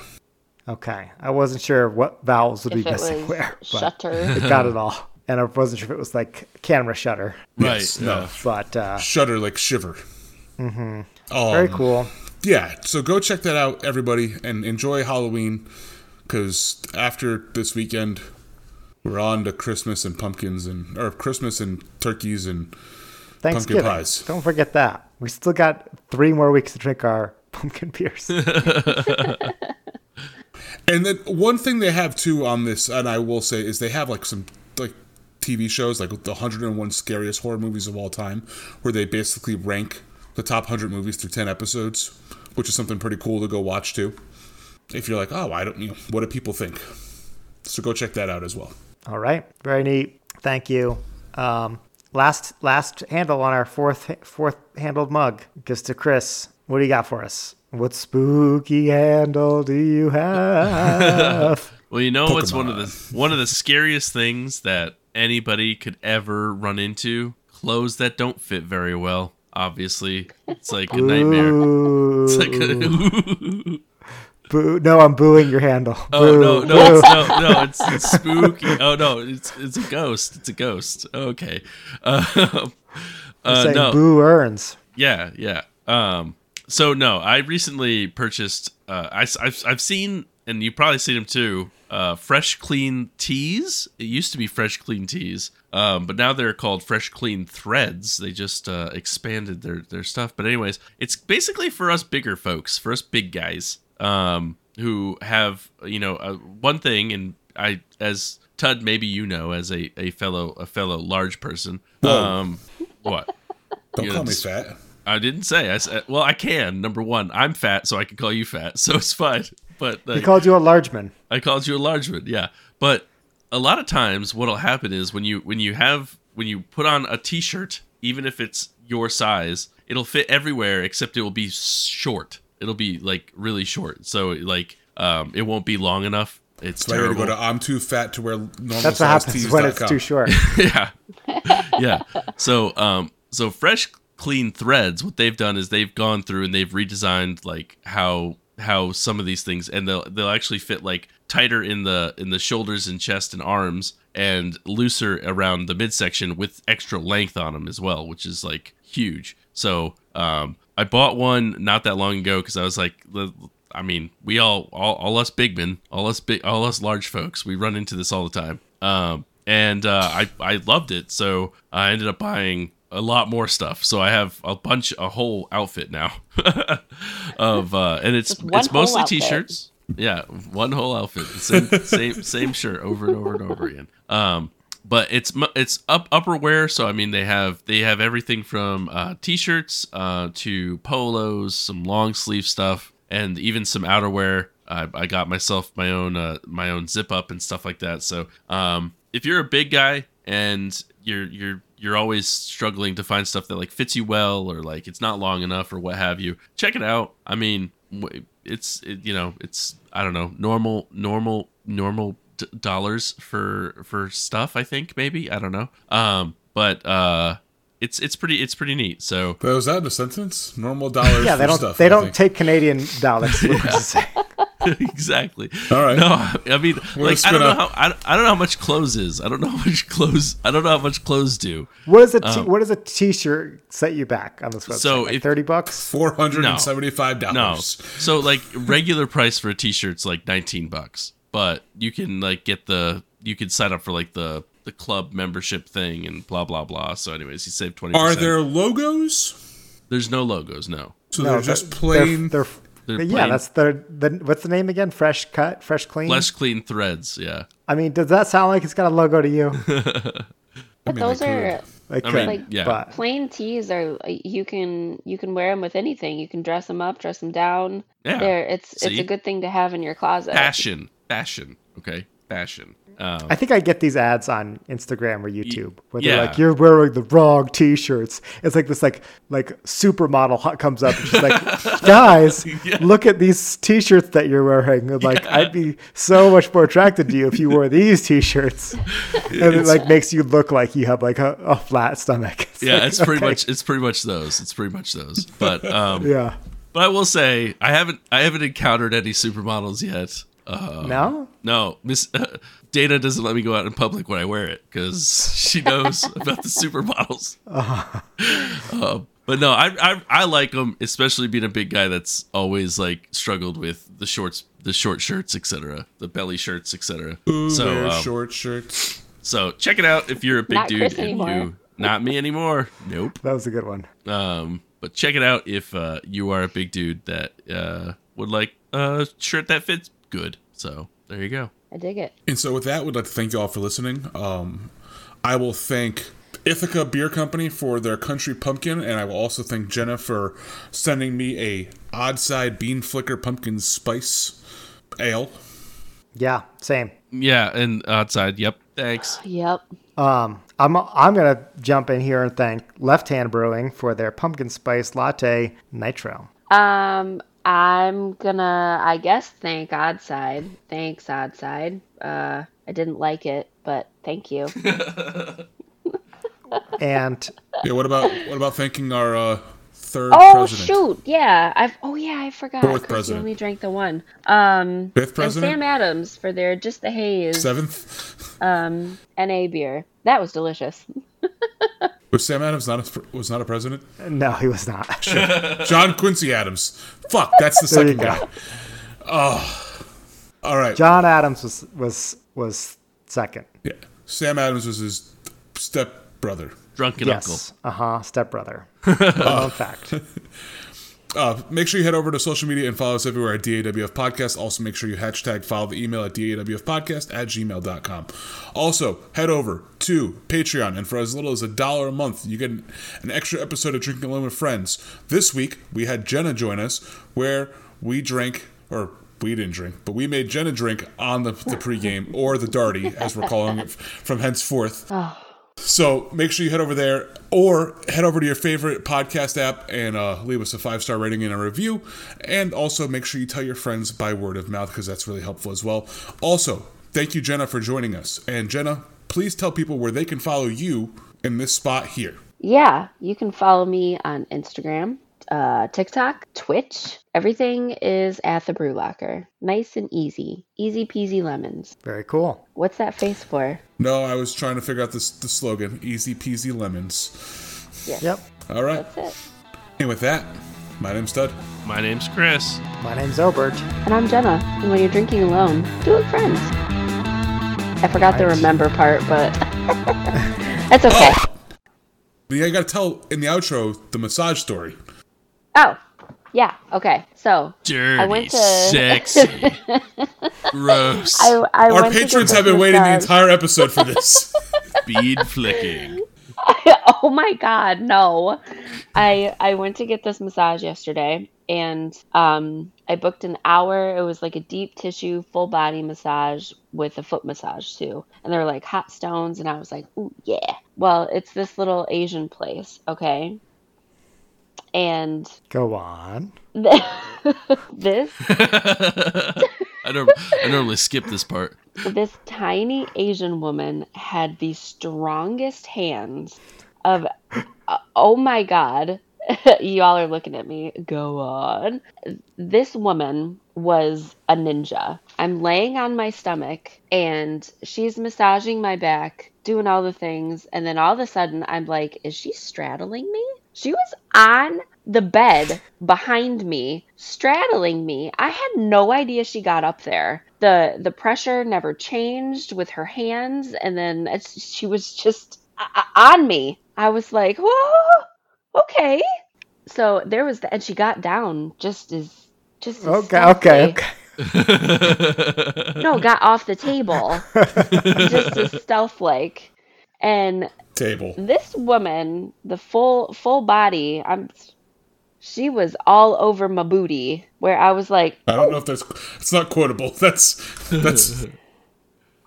Speaker 3: Okay. I wasn't sure what vowels would
Speaker 1: If
Speaker 3: be
Speaker 1: it
Speaker 3: missing
Speaker 1: was
Speaker 3: where, but
Speaker 1: Shutter,
Speaker 3: it got it all. And I wasn't sure if it was like camera shutter,
Speaker 4: Right.
Speaker 5: Yes,
Speaker 4: yeah.
Speaker 5: no.
Speaker 3: but uh,
Speaker 5: Shudder like shiver. Mm-hmm. Um,
Speaker 3: very cool.
Speaker 5: yeah so go check that out everybody and enjoy halloween because after this weekend we're on to christmas and pumpkins and or christmas and turkeys and
Speaker 3: Thanksgiving.
Speaker 5: pies.
Speaker 3: Don't forget that. We still got three more weeks to drink our pumpkin beers.
Speaker 5: and then one thing they have too on this and i will say is they have like some like tv shows like the 101 scariest horror movies of all time where they basically rank the top 100 movies through 10 episodes which is something pretty cool to go watch too if you're like oh i don't you know what do people think so go check that out as well
Speaker 3: All right, very neat. Thank you. Um, last last handle on our fourth fourth handled mug goes to Chris. What do you got for us? What spooky handle do you have?
Speaker 4: Well, you know what's one of the one of the scariest things that anybody could ever run into? Clothes that don't fit very well. Obviously, it's like a nightmare. It's
Speaker 3: Ooh,
Speaker 4: like a,
Speaker 3: boo. No, I'm booing your handle.
Speaker 4: oh
Speaker 3: Boo,
Speaker 4: no
Speaker 3: boo.
Speaker 4: no it's, no no it's, it's spooky. Oh no, it's it's a ghost. It's a ghost. Okay. Uh, uh,
Speaker 3: Saying
Speaker 4: no.
Speaker 3: boo earns.
Speaker 4: Yeah, yeah. Um, so no, I recently purchased. Uh, I, have I've seen, and you probably seen them too. Uh, fresh clean teas. It used to be fresh clean teas, um, but now they're called fresh clean threads. They just uh, expanded their their stuff. But anyways, it's basically for us bigger folks, for us big guys, um, who have you know uh, one thing. And I, as Tud, maybe you know, as a, a fellow a fellow large person. Um, what?
Speaker 5: don't
Speaker 4: Yeah,
Speaker 5: call me
Speaker 4: it's-
Speaker 5: fat
Speaker 4: I didn't say. I said, well, I can. Number one, I'm fat, so I can call you fat, so it's fine. But
Speaker 3: He
Speaker 4: like,
Speaker 3: called you a large man.
Speaker 4: I called you a large one, yeah. But a lot of times, what'll happen is when you when you have when you put on a T-shirt, even if it's your size, it'll fit everywhere except it will be short. It'll be like really short. So like Um, it won't be long enough. It's
Speaker 5: So I gotta
Speaker 4: terrible.
Speaker 5: go to I'm too fat to wear normal
Speaker 3: That's what happens when it's too short.
Speaker 4: yeah yeah so um so fresh clean threads what they've done is they've gone through and they've redesigned like how how some of these things and they'll they'll actually fit like tighter in the in the shoulders and chest and arms and looser around the midsection with extra length on them as well which is like huge so um i bought one not that long ago because i was like the- i mean we all, all all us big men all us big all us large folks we run into this all the time um and uh, I I loved it. So I ended up buying a lot more stuff. So I have a bunch, a whole outfit now of, uh, and it's
Speaker 1: Just one
Speaker 4: it's mostly
Speaker 1: whole outfit.
Speaker 4: t-shirts. Yeah, one whole outfit, same same same shirt over and over and over again. Um, but it's mu- it's up upperwear, so I mean they have they have everything from uh, t-shirts uh, to polos, some long sleeve stuff, and even some outerwear. I, I got myself my own uh, my own zip up and stuff like that. So um, if you're a big guy and you're you're you're always struggling to find stuff that like fits you well or like it's not long enough or what have you, check it out. I mean, w- it's it, you know it's I don't know normal normal normal d- dollars for for stuff. I think maybe I don't know. Um, but uh, it's it's pretty it's pretty neat. So
Speaker 5: But was that a sentence? Normal dollars.
Speaker 3: Yeah, they
Speaker 5: for
Speaker 3: don't.
Speaker 5: Stuff,
Speaker 3: they
Speaker 5: I
Speaker 3: don't
Speaker 5: think.
Speaker 3: take Canadian dollars. what I'm saying.
Speaker 4: exactly.
Speaker 5: All right.
Speaker 4: No, I mean, like I
Speaker 5: spin
Speaker 4: don't know
Speaker 5: up.
Speaker 4: how I, I don't know how much clothes is. I don't know how much clothes. I don't know how much clothes do.
Speaker 3: What does a t- what does a T-shirt set you back on this website?
Speaker 4: Um, So
Speaker 3: Like
Speaker 4: if-
Speaker 3: thirty bucks.
Speaker 5: Four hundred and seventy-five
Speaker 4: No,
Speaker 5: dollars.
Speaker 4: so like regular price for a t-shirt's like nineteen bucks, but you can like get the you can sign up for like the the club membership thing and blah blah blah. So, anyways, you save twenty.
Speaker 5: Are there logos?
Speaker 4: There's no logos. No.
Speaker 5: So
Speaker 3: No,
Speaker 5: they're
Speaker 3: they're-
Speaker 5: just
Speaker 3: they're-
Speaker 5: plain.
Speaker 3: They're,
Speaker 4: They're
Speaker 3: yeah,
Speaker 4: plain.
Speaker 3: that's the, the what's the name again? Fresh cut, fresh clean.
Speaker 4: Less clean threads. Yeah.
Speaker 3: I mean, does that sound like it's got a logo to you?
Speaker 1: But
Speaker 5: mean, they
Speaker 1: those are
Speaker 3: Like,
Speaker 4: I mean,
Speaker 1: Like-
Speaker 4: yeah.
Speaker 3: But
Speaker 1: plain tees are uh, you can you can wear them with anything. You can dress them up, dress them down.
Speaker 4: Yeah.
Speaker 1: There, it's it's
Speaker 4: See?
Speaker 1: a good thing to have in your closet.
Speaker 4: Fashion. Fashion. Okay. Fashion. Um,
Speaker 3: I think I get these ads on Instagram or YouTube where they're
Speaker 4: yeah.
Speaker 3: like, "You're wearing the wrong T-shirts." It's like this, like like supermodel hu- comes up and she's like, "Guys, look at these T-shirts that you're wearing." And like, I'd be so much more attracted to you if you wore these T-shirts. And it like makes you look like you have like a, a flat stomach. It's
Speaker 4: yeah,
Speaker 3: like,
Speaker 4: it's pretty
Speaker 3: okay,
Speaker 4: much it's pretty much those. It's pretty much those. But um,
Speaker 3: yeah.
Speaker 4: But I will say I haven't I haven't encountered any supermodels yet. Uh,
Speaker 3: No,
Speaker 4: no, Miss uh, Dana doesn't let me go out in public when I wear it because she knows about the supermodels.
Speaker 1: Uh-huh.
Speaker 4: Um, but no, I, I I like them, especially being a big guy that's always like struggled with the shorts, the short shirts, etc., the belly shirts, etc.
Speaker 5: Who
Speaker 4: So
Speaker 5: wears
Speaker 4: um,
Speaker 5: short shirts?
Speaker 4: so check it out if you're a big
Speaker 1: Not
Speaker 4: dude
Speaker 1: Chris
Speaker 4: and
Speaker 1: anymore.
Speaker 4: you not me anymore. Nope.
Speaker 3: that was a good one.
Speaker 4: Um, but check it out if uh, you are a big dude that uh, would like a shirt that fits good. So there you go.
Speaker 1: I dig it.
Speaker 5: And so, with that, we'd like to thank you all for listening. Um, I will thank Ithaca Beer Company for their country pumpkin, and I will also thank Jenna for sending me a odd side bean flicker pumpkin spice ale.
Speaker 3: Yeah, same.
Speaker 4: Yeah, and outside. Yep. Thanks.
Speaker 1: Yep.
Speaker 3: Um, I'm I'm gonna jump in here and thank Left Hand Brewing for their pumpkin spice latte nitro.
Speaker 1: Um, I'm gonna, I guess, thank Oddside. Thanks, Oddside. Uh, I didn't like it, but thank you.
Speaker 3: And
Speaker 5: Yeah. What about what about thanking our uh, third
Speaker 1: oh
Speaker 5: president?
Speaker 1: shoot, yeah. I've. Oh yeah, I forgot.
Speaker 5: Fourth
Speaker 1: 'cause
Speaker 5: president.
Speaker 1: You only drank the one. Um,
Speaker 5: Fifth
Speaker 1: and
Speaker 5: president.
Speaker 1: Sam Adams for their just the haze
Speaker 5: Seventh
Speaker 1: um NA beer. That was delicious.
Speaker 5: was Sam Adams not a, was not a president.
Speaker 3: no, he was not.
Speaker 5: John Quincy Adams. Fuck, that's the
Speaker 3: There you
Speaker 5: second guy.
Speaker 3: go.
Speaker 5: All right.
Speaker 3: John Adams was was was second.
Speaker 5: yeah. Sam Adams was his step brother.
Speaker 4: Drunken
Speaker 3: yes. Uh huh. Stepbrother. Fun fact.
Speaker 5: Uh, make sure you head over to social media and follow us everywhere at DAWF Podcast. Also, make sure you hashtag follow the email at DAWFpodcast at gmail.com. Also, head over to Patreon, and for as little as a dollar a month, you get an, an extra episode of Drinking Alone with Friends. This week, we had Jenna join us where we drank, or we didn't drink, but we made Jenna drink on the, the pregame or the darty, as we're calling it f- from henceforth. So make sure you head over there or head over to your favorite podcast app and uh, leave us a five star rating and a review. And also make sure you tell your friends by word of mouth because that's really helpful as well. Also, thank you, Jenna, for joining us. And Jenna, please tell people where they can follow you in this spot here.
Speaker 1: Yeah, you can follow me on Instagram, uh, TikTok, Twitch. Everything is at the Brew Locker. Nice and easy. Easy peasy lemons.
Speaker 3: Very cool.
Speaker 1: What's that face for?
Speaker 5: No, I was trying to figure out this the slogan easy peasy lemons.
Speaker 3: Yep.
Speaker 5: All right.
Speaker 1: That's it.
Speaker 5: And with that, my name's Dud.
Speaker 4: My name's Chris.
Speaker 3: My name's Obert.
Speaker 1: And I'm Jenna. And when you're drinking alone, do it with friends. I forgot the
Speaker 3: Right.
Speaker 1: remember part, but that's okay.
Speaker 5: Yeah, you got to tell in the outro the massage story.
Speaker 1: Oh, yeah, okay. So
Speaker 4: Dirty,
Speaker 1: went to-
Speaker 4: sexy, gross,
Speaker 1: I, I
Speaker 5: Our
Speaker 1: went to go
Speaker 5: patrons
Speaker 1: get
Speaker 5: have been waiting the
Speaker 1: massage.
Speaker 5: entire episode for this.
Speaker 4: bead flicking.
Speaker 1: oh my god no i i went to get this massage yesterday and um i booked an hour it was like a deep tissue full body massage with a foot massage too and they were like hot stones and i was like ooh yeah well it's this little asian place okay and
Speaker 3: Go on.
Speaker 1: this
Speaker 4: I don't. I normally skip this part.
Speaker 1: this tiny Asian woman had the strongest hands of, uh, oh my God, you all are looking at me. Go on. This woman was a ninja. I'm laying on my stomach and she's massaging my back, doing all the things. And then all of a sudden, I'm like, is she straddling me? She was on the bed behind me, straddling me. I had no idea she got up there. The the pressure never changed with her hands, and then it's, she was just uh, on me. I was like, whoa, okay. So there was, the, and she got down just as, just as
Speaker 3: Okay. Okay.
Speaker 1: softly.
Speaker 3: Okay.
Speaker 1: No, got off the table, just as stealth like, and
Speaker 5: Table.
Speaker 1: this woman the full full body i'm she was all over my booty where i was like
Speaker 5: I don't know if that's it's not quotable. That's that's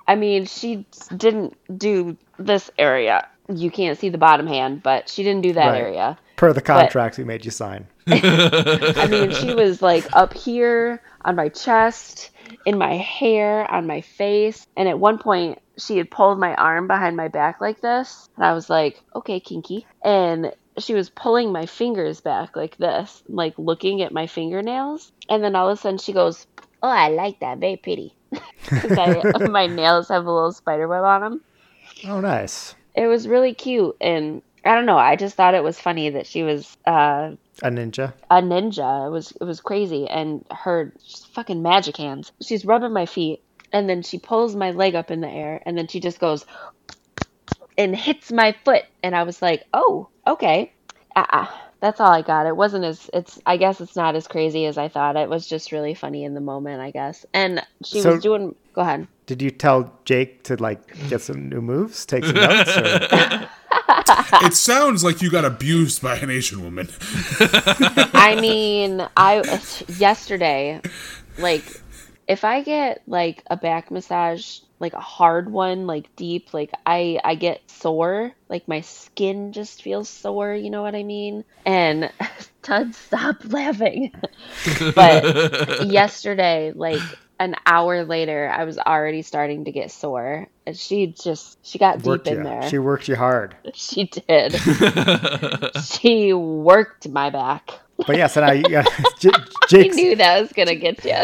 Speaker 1: i mean she didn't do this area you can't see the bottom hand but she didn't do that
Speaker 3: Right.
Speaker 1: area
Speaker 3: Per the contract we made you sign.
Speaker 1: i mean she was like up here on my chest in my hair on my face and at one point she had pulled my arm behind my back like this and i was like okay kinky and she was pulling my fingers back like this, like looking at my fingernails. And then all of a sudden she goes, Oh, I like that. Very pretty. 'Cause I- my nails have a little spider web on them.
Speaker 3: Oh, nice.
Speaker 1: It was really cute. And I don't know. I just thought it was funny that she was uh,
Speaker 3: A ninja.
Speaker 1: a ninja. It was, it was crazy. And her fucking magic hands. She's rubbing my feet. And then she pulls my leg up in the air. And then she just goes and hits my foot. And I was like, oh, okay. Uh-uh. That's all I got. It wasn't as it's. I guess it's not as crazy as I thought. It was just really funny in the moment, I guess. And she
Speaker 3: So-
Speaker 1: was doing. Go ahead.
Speaker 3: Did you tell Jake to like get some new moves, take some notes? Or...
Speaker 5: it sounds like you got abused by an Asian woman.
Speaker 1: I mean, I yesterday, like, if I get like a back massage, like a hard one, like deep, like I I get sore, like my skin just feels sore. You know what I mean? And Todd, stop laughing. but yesterday, like an hour later, I was already starting to get sore. And she just she got deep
Speaker 3: Worked
Speaker 1: in
Speaker 3: you.
Speaker 1: there.
Speaker 3: She worked you hard.
Speaker 1: she did. she worked my back.
Speaker 3: But yes, and I you gotta, J- Jake's,
Speaker 1: knew that was gonna get you.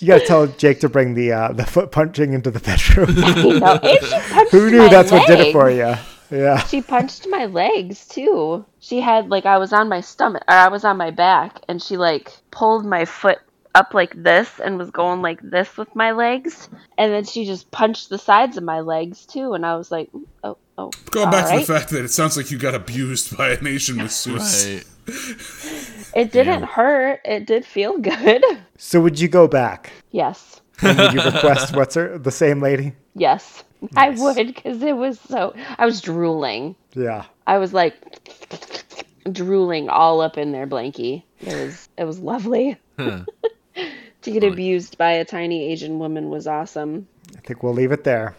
Speaker 3: you gotta tell Jake to bring the uh, the foot punching into the bedroom.
Speaker 1: you know, and she punched
Speaker 3: Who knew
Speaker 1: my
Speaker 3: that's what did
Speaker 1: leg.
Speaker 3: it for you? Yeah.
Speaker 1: She punched my legs too. She had like I was on my stomach or I was on my back, and she like pulled my foot up like this and was going like this with my legs, and then she just punched the sides of my legs too, and I was like, oh, oh.
Speaker 5: Going
Speaker 1: all
Speaker 5: back
Speaker 1: right.
Speaker 5: to the fact that it sounds like you got abused by an Asian masseuse.
Speaker 4: Right.
Speaker 1: it didn't hurt. It did feel good.
Speaker 3: So would you go back?
Speaker 1: yes,
Speaker 3: And would you request what's her the same lady?
Speaker 1: yes, I would because it was so. I was drooling.
Speaker 3: Yeah.
Speaker 1: I was like drooling all up in their blankie. It was it was lovely. to get abused by a tiny Asian woman was awesome.
Speaker 3: I think we'll leave it there.